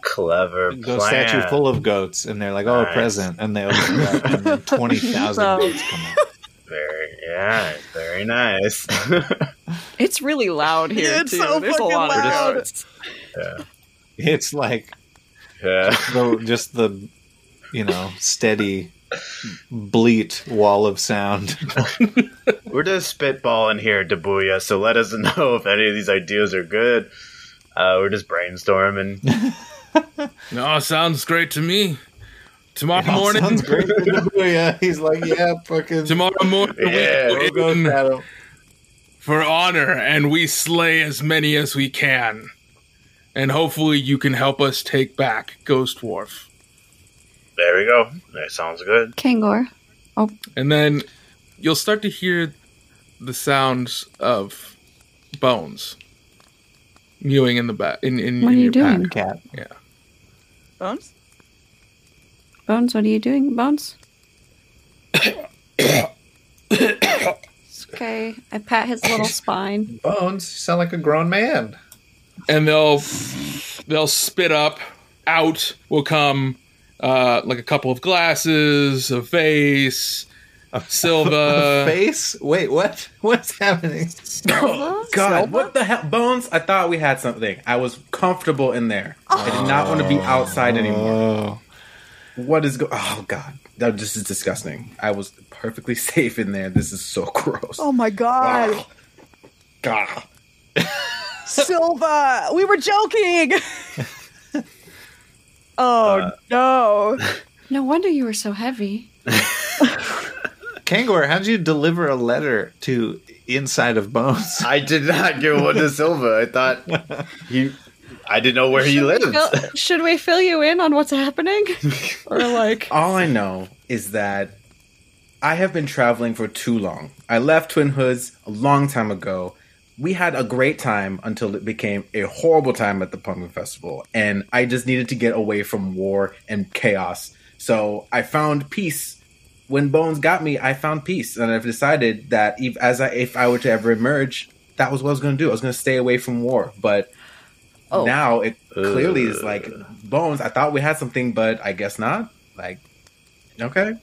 clever
goat
plan.
statue full of goats, and they're like, "Oh, a
Nice.
present," and they open it up, and then twenty thousand
So-
goats come out.
Very, yeah, very nice.
It's really loud here
Yeah,
too.
it's so
There's a
fucking
lot
loud.
of goats.
yeah.
It's like just, the, just the you know steady bleat wall of sound.
We're just spitballing here, Dabuya, so let us know if any of these ideas are good. Uh, we're just brainstorming.
No, sounds great to me. Tomorrow
all
morning.
sounds great to
Oh, yeah, he's like, yeah, fucking.
Tomorrow morning,
Yeah,
we
we'll
go in for honor, and we slay as many as we can. And hopefully, you can help us take back Ghost Wharf.
There we go. That sounds good.
Kangor. Oh,
And then you'll start to hear the sounds of bones mewing in the back. In, in,
What
in
are you
your
doing?
Pack.
Cat.
Yeah.
Bones?
Bones, what are you doing, Bones? it's okay. I pat his little spine.
Bones, you sound like a grown man.
and they'll they'll spit up out will come uh, like a couple of glasses a vase a silva
A face? Wait, what? What's happening?
Oh, God, what the hell? Bones, I thought we had something. I was comfortable in there. I did not want to be outside anymore. What is go Oh, God. That this is disgusting. I was perfectly safe in there. This is so gross.
Oh my god.
God.
Silva, we were joking. oh no.
No wonder you were so heavy.
Kangor, how'd you deliver a letter to Inside of Bones?
I did not give one to Silva. I thought he. I didn't know where he lived.
Fill- should we fill you in on what's happening? or like
All I know is that I have been traveling for too long. I left Twin Hoods a long time ago. We had a great time until it became a horrible time at the Pumpkin Festival, and I just needed to get away from war and chaos. So I found peace. When Bones got me, I found peace, and I've decided that if as I if I were to ever emerge, that was what I was going to do. I was going to stay away from war, but
Oh.
now it clearly is like Bones. I thought we had something, but I guess not. Like, okay.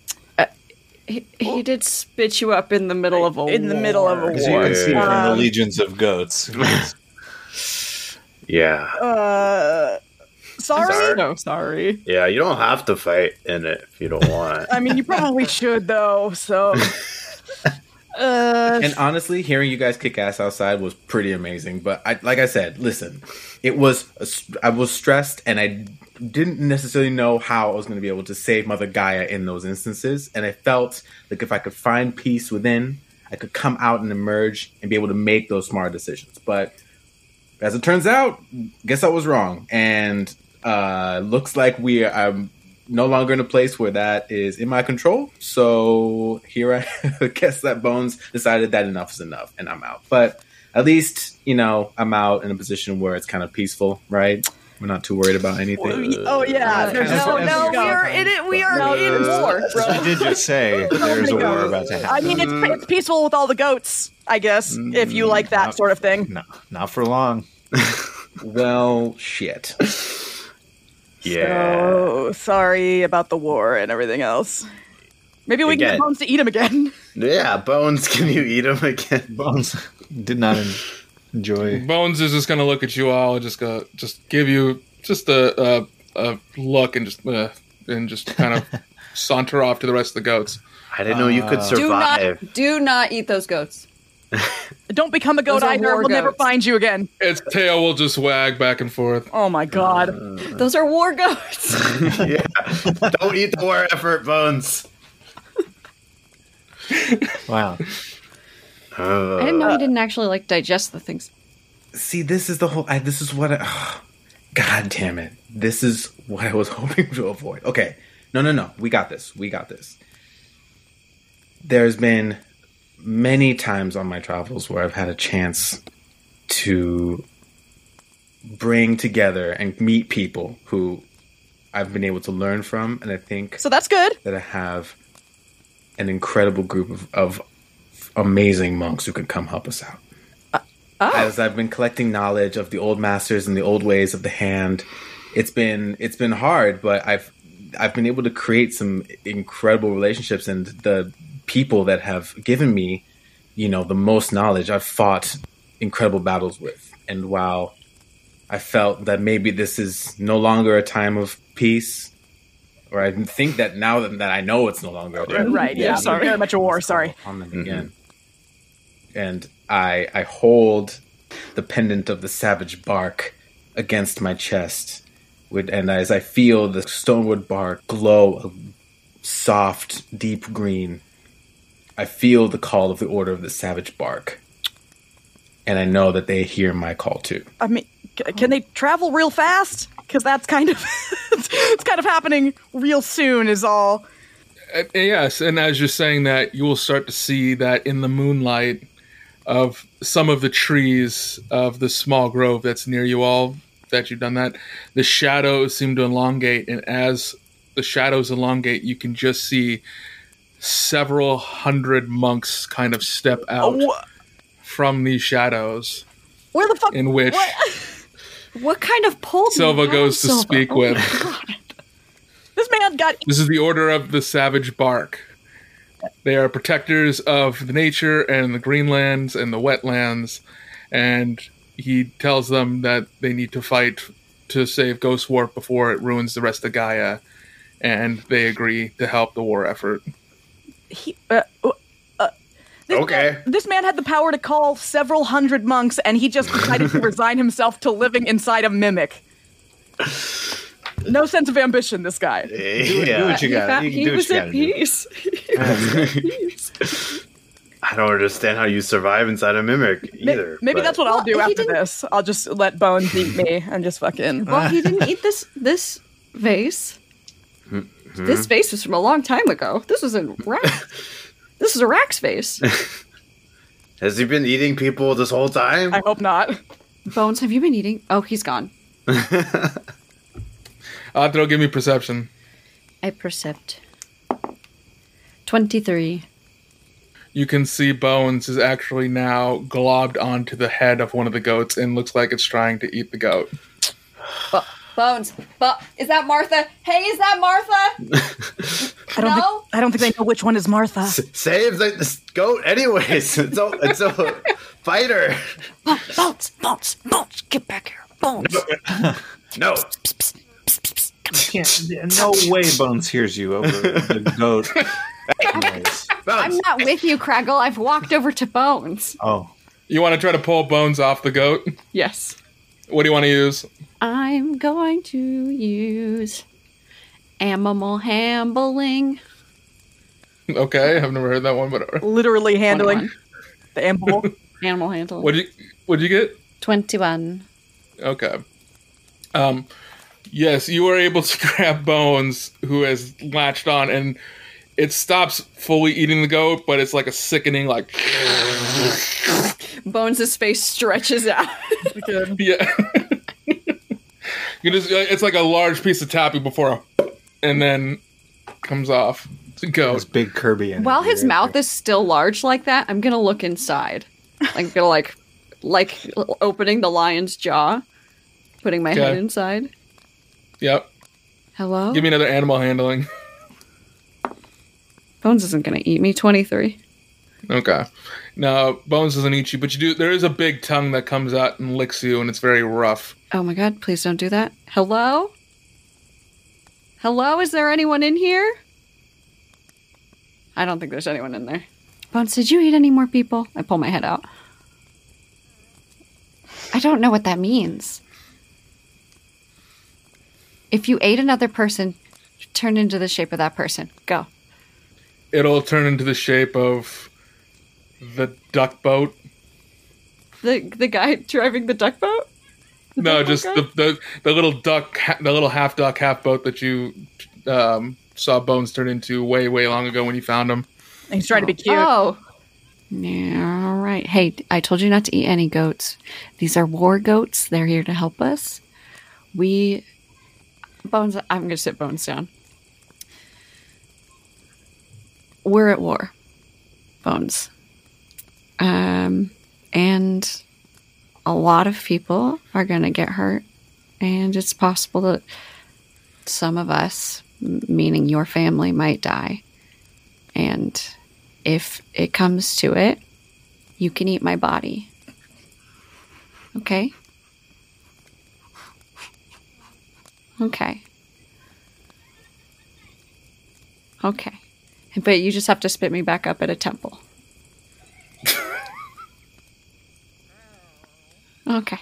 he, he did spit you up in the middle of a
in the middle of a
As you can see from the
Um,
legions of goats.
yeah.
Uh sorry.
No,
sorry.
Yeah, you don't have to fight in it if you don't want.
I mean you probably should though, so uh
And honestly, hearing you guys kick ass outside was pretty amazing. But I, like I said, listen, it was a s- I was stressed and I didn't necessarily know how I was going to be able to save Mother Gaia in those instances. And I felt like if I could find peace within, I could come out and emerge and be able to make those smart decisions. But as it turns out, guess I was wrong. And uh, looks like we are I'm no longer in a place where that is in my control. So here I guess that Bones decided that enough is enough and I'm out. But at least, you know, I'm out in a position where it's kind of peaceful, right? We're not too worried about anything.
Oh
uh,
yeah.
There's
no,
just-
no, we are in it.
Oh,
We are in war,
As
bro.
we uh, did just say, there's a war about to
I
happen. Mm,
mean, it's,
mm,
it's peaceful with all the goats, I guess, if you like that sort of thing.
No. Not for long.
well, shit.
Yeah.
So sorry about the war and everything else. Maybe we can
Again.
get Bones to eat him again.
Yeah, Bones, can you eat him again?
Bones did not enjoy.
bones is just gonna look at you all and just go just give you just a a, a look and just uh, and just kind of saunter off to the rest of the goats Uh,
i didn't know you could
do not do not eat those goats.
Don't become a goat
Those are
either.
war
We'll never
goats.
find you again.
its tail will just wag back and forth
Oh my god.
Mm.
Those are war goats.
yeah. Don't eat the war effort, Bones.
wow. uh,
I didn't know he didn't actually like digest the things.
See, this is the whole. I, this is what. I, God damn it! This is what I was hoping to avoid. Okay, no, no, no. We got this. We got this. There's been many times on my travels where I've had a chance to bring together and meet people who I've been able to learn from, and I think
So that's good.
that I have
Uh,
an incredible group of, of amazing monks who could come help us out.
oh.
As I've been collecting knowledge of the old masters and the old ways of the hand, it's been it's been hard, but I've I've been able to create some incredible relationships and the people that have given me, you know, the most knowledge I've fought incredible battles with. And while I felt that maybe this is no longer a time of peace, or I think that now that, that I know it's no longer a time of
Right,
peace,
yeah. Sorry. Very much a war, sorry.
on them again. And I I hold the pendant of the savage bark against my chest, with, and as I feel the stonewood bark glow a soft, deep green, I feel the call of the order of the savage bark, and I know that they hear my call too.
I mean, c- can they travel real fast? Because that's kind of it's, it's kind of happening real soon. Is all.
Uh, yes, and as you're saying that, you will start to see that in the moonlight of some of the trees of the small grove that's near you all that you've done that, the shadows seem to elongate, and as the shadows elongate, you can just see several hundred monks kind of step out from these shadows.
Where the fuck?
In which
What kind of pull?
Silva goes to
Oh
speak with.
This man got
This is the Order of the Savage Bark. They are protectors of the nature and the greenlands and the wetlands, and he tells them that they need to fight to save Ghost Warp before it ruins the rest of Gaia, and they agree to help the war effort.
he, uh, uh, this
Okay.
Man, this man had the power to call several hundred monks, and he just decided to resign himself to living inside a mimic. No sense of ambition, this guy.
Do what- do what you gotta- you can do what you gotta do. Um,
peace.
I don't understand how you survive inside a mimic
Ma-
either.
Maybe
but-
that's what I'll do after this. I'll just let Bones eat me and just fucking.
Well, he didn't eat this this vase.
Hmm?
This
Mm-hmm.
vase was from a long time ago. This was a rack. this is a rack's vase.
Has he been eating people this whole time?
I hope not.
Bones, have you been eating? Oh, he's gone.
Atro, give me perception.
I percept. 23.
You can see Bones is actually now globbed onto the head of one of the goats and looks like it's trying to eat the goat.
Bones, but is that Martha? Hey, is that Martha?
I don't think I don't think they know which one is Martha.
Save the this goat, anyways. It's a, it's a fighter.
Bones, Bones, Bones, get back here, Bones.
No.
Can't, no way Bones hears you over the goat.
I'm not with you, Craggle. I've walked over to Bones.
Oh.
You want to try to pull Bones off the goat?
Yes.
What do you want to use?
I'm going to use animal handling.
Okay, I've never heard that one, but
Literally handling the animal.
Animal handling.
What'd you What'd you get?
21.
Okay. Um, yes, you are able to grab Bones, who has latched on, and it stops fully eating the goat, but it's like a sickening, like
Bones' face stretches out.
yeah. you just it's like a large piece of tappy before, a, and then comes off. It goes
big Kirby.
While his mouth is still large like that, I'm gonna look inside. I'm gonna like, like opening the lion's jaw, putting my head
Okay.
inside.
Yep.
Hello.
Give me another animal handling.
Bones isn't gonna eat me. Twenty three.
Okay. Now Bones doesn't eat you, but you do. There is a big tongue that comes out and licks you, and it's very rough.
Oh my god! Please don't do that. Hello. Hello. Is there anyone in here? I don't think there's anyone in there. Bones, did you eat any more people? I pull my head out. I don't know what that means. If you ate another person, turn into the shape of that person. Go.
It'll turn into the shape of the duck boat.
The the guy driving the duck boat?
no, just the, the the little duck, ha- the little half duck, half boat that you um, saw Bones turn into way, way long ago when you found him.
He's trying to be cute.
Oh. Yeah, all right. Hey, I told you not to eat any goats. These are war goats. They're here to help us. We Bones I'm going to sit Bones down. We're at war. Bones. Um and a lot of people are going to get hurt, and it's possible that some of us, m- meaning your family, might die. And if it comes to it, you can eat my body. Okay? Okay. Okay. But you just have to spit me back up at a temple. okay.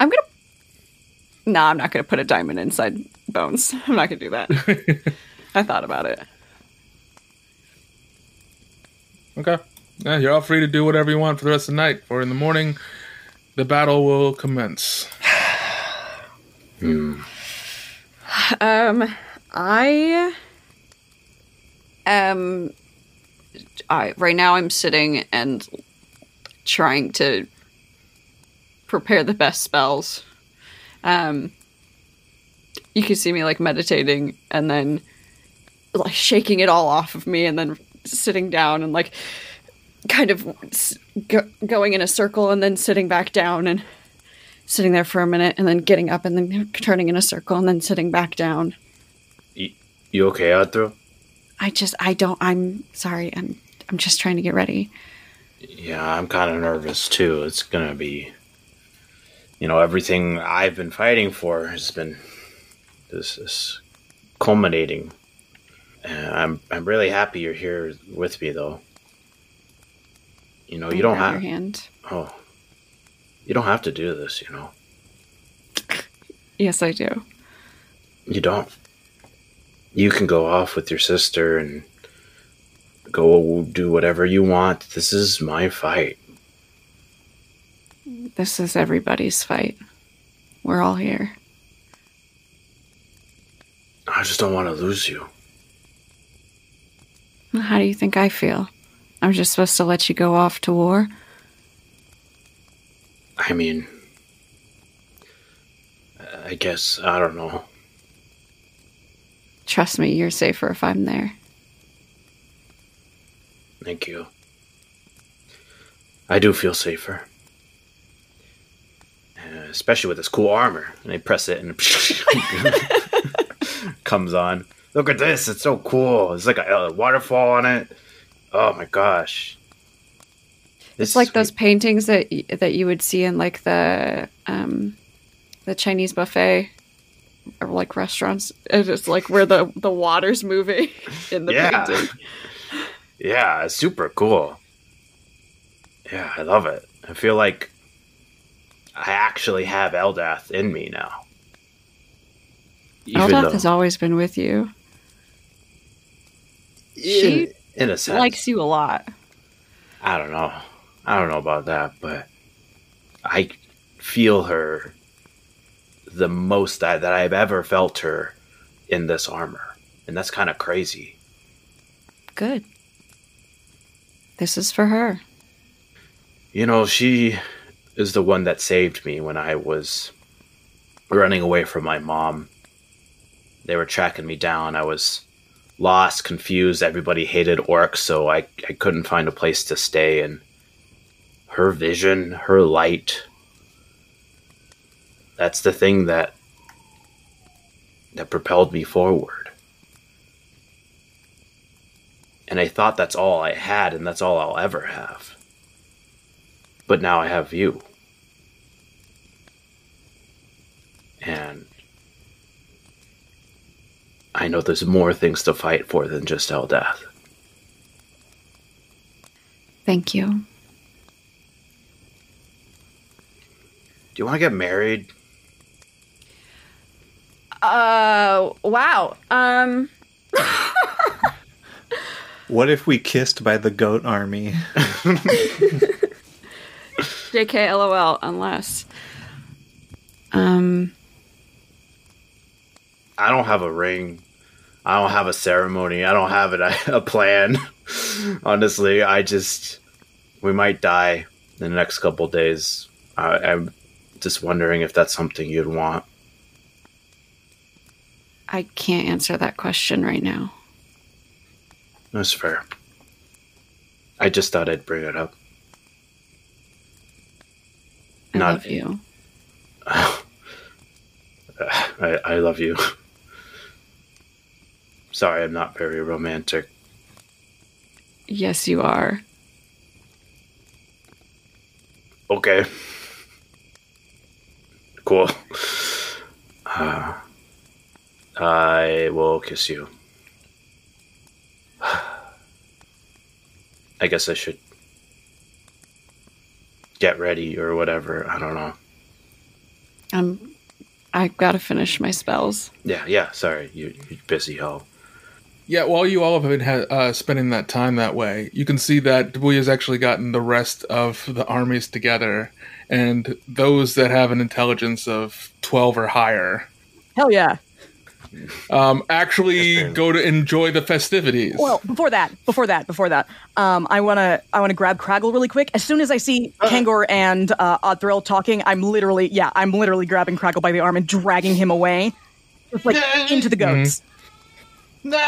I'm gonna. No, I'm not gonna put a diamond inside bones. I'm not gonna do that. I thought about it.
Okay. Yeah, you're all free to do whatever you want for the rest of the night. For in the morning, the battle will commence.
Hmm. Um, I am. I right now I'm sitting and trying to prepare the best spells. Um, you can see me like meditating and then like shaking it all off of me and then sitting down and like kind of s- go- going in a circle and then sitting back down and sitting there for a minute and then getting up and then turning in a circle and then sitting back down.
You okay, Arthur?
I just I don't I'm sorry. I'm I'm just trying to get ready.
Yeah, I'm kind of nervous too. It's gonna be, you know, everything I've been fighting for has been this is culminating. And I'm I'm really happy you're here with me, though. You know, you don't
Grab
have
your hand.
oh, you don't have to do this. You know,
Yes, I do.
you don't. You can go off with your sister and go do whatever you want. This is my fight.
This is everybody's fight. We're all here.
I just don't want to lose you.
How do you think I feel? I'm just supposed to let you go off to war?
I mean, I guess I don't know.
Trust me, you're safer if I'm there.
Thank you. I do feel safer, Uh, especially with this cool armor. And I press it, and comes on. Look at this! It's so cool. There's like a, a waterfall on it. Oh my gosh!
It's, like those paintings that y- that you would see in like the um the Chinese buffet or like restaurants. And it's like where the the water's moving in the
yeah,
painting.
yeah, it's super cool. Yeah, I love it. I feel like I actually have Eldath in me now. Even
Eldath
though-
has always been with you. She
in a sense.
likes you a lot.
I don't know. I don't know about that, but I feel her the most that, that I've ever felt her in this armor. And that's kind of crazy.
Good. This is for her.
You know, she is the one that saved me when I was running away from my mom. They were tracking me down. I was lost, confused. Everybody hated orcs, so I, I couldn't find a place to stay. And her vision, her light, that's the thing that that propelled me forward. And I thought that's all I had, and that's all I'll ever have but now I have you. And I know there's more things to fight for than just Eldath.
Thank you.
Do you want to get married?
Uh wow. Um
What if we kissed by the goat army?
JK LOL unless Um
I don't have a ring. I don't have a ceremony. I don't have an, a plan. Honestly, I just. We might die in the next couple days. I, I'm just wondering if that's something you'd want.
I can't answer that question right now.
That's fair. I just thought I'd bring it up.
I
Not-
love you.
I, I love you. Sorry, I'm not very romantic.
Yes, you are.
Okay. Cool. Uh, I will kiss you. I guess I should get ready or whatever. I don't know.
I'm. I've got to finish my spells.
Yeah, yeah. Sorry, you you busy hoe.
Yeah, while you all have been ha- uh, spending that time that way, you can see that Dubuya has actually gotten the rest of the armies together, and those that have an intelligence of 12 or higher
Hell yeah.
um, actually go to enjoy the festivities.
Well, before that, before that, before that, um, I wanna I wanna grab Craggle really quick. As soon as I see
Uh-huh.
Kangor and uh, Othrill talking, I'm literally yeah, I'm literally grabbing Craggle by the arm and dragging him away, just like into the goats.
No,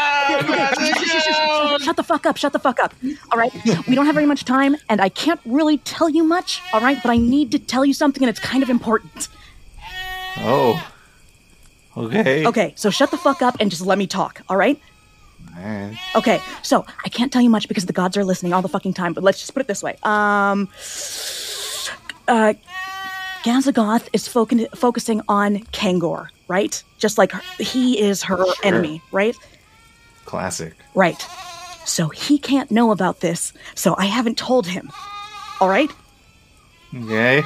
Shut the fuck up. Shut the fuck up. All right. We don't have very much time, and I can't really tell you much. All right. But I need to tell you something, and it's kind of important.
Oh. Okay.
Okay. So shut the fuck up and just let me talk. All right.
Alright.
Okay. So I can't tell you much because the gods are listening all the fucking time. But let's just put it this way. Um. Uh. Ganzagoth is foc- focusing on Kangor, right? Just like her- he is her enemy, right?
Classic.
Right. So he can't know about this, so I haven't told him. All right?
Okay.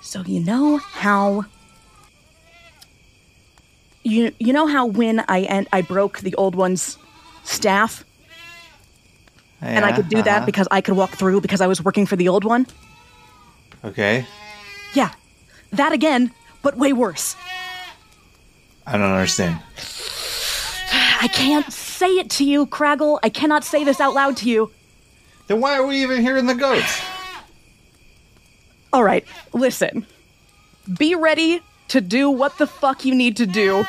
So you know how you you know how when I and I broke the old one's staff and I
Yeah,
could do
uh-huh.
that because I could walk through because I was working for the old one?
Okay.
Yeah. That again, but way worse.
I don't understand.
I can't say it to you, Craggle. I cannot say this out loud to you.
Then why are we even hearing the goats?
All right,
Mm-hmm.
listen. Be ready to do what the fuck you need to do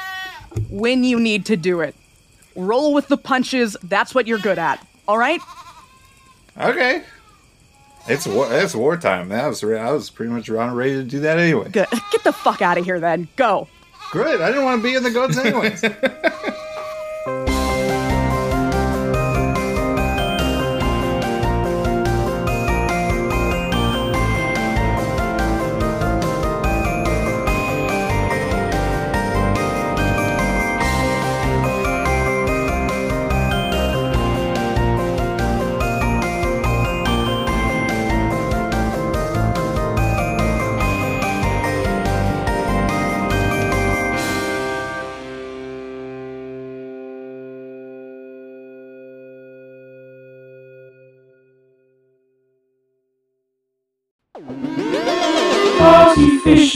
when you need to do it. Roll with the punches. That's what you're good at. All right?
Okay. It's war. It's wartime. That was re- I was pretty much around ready to do that anyway.
Good. Get the fuck out of here then. Go.
Good. I didn't want to be in the goats anyways.
Party Fish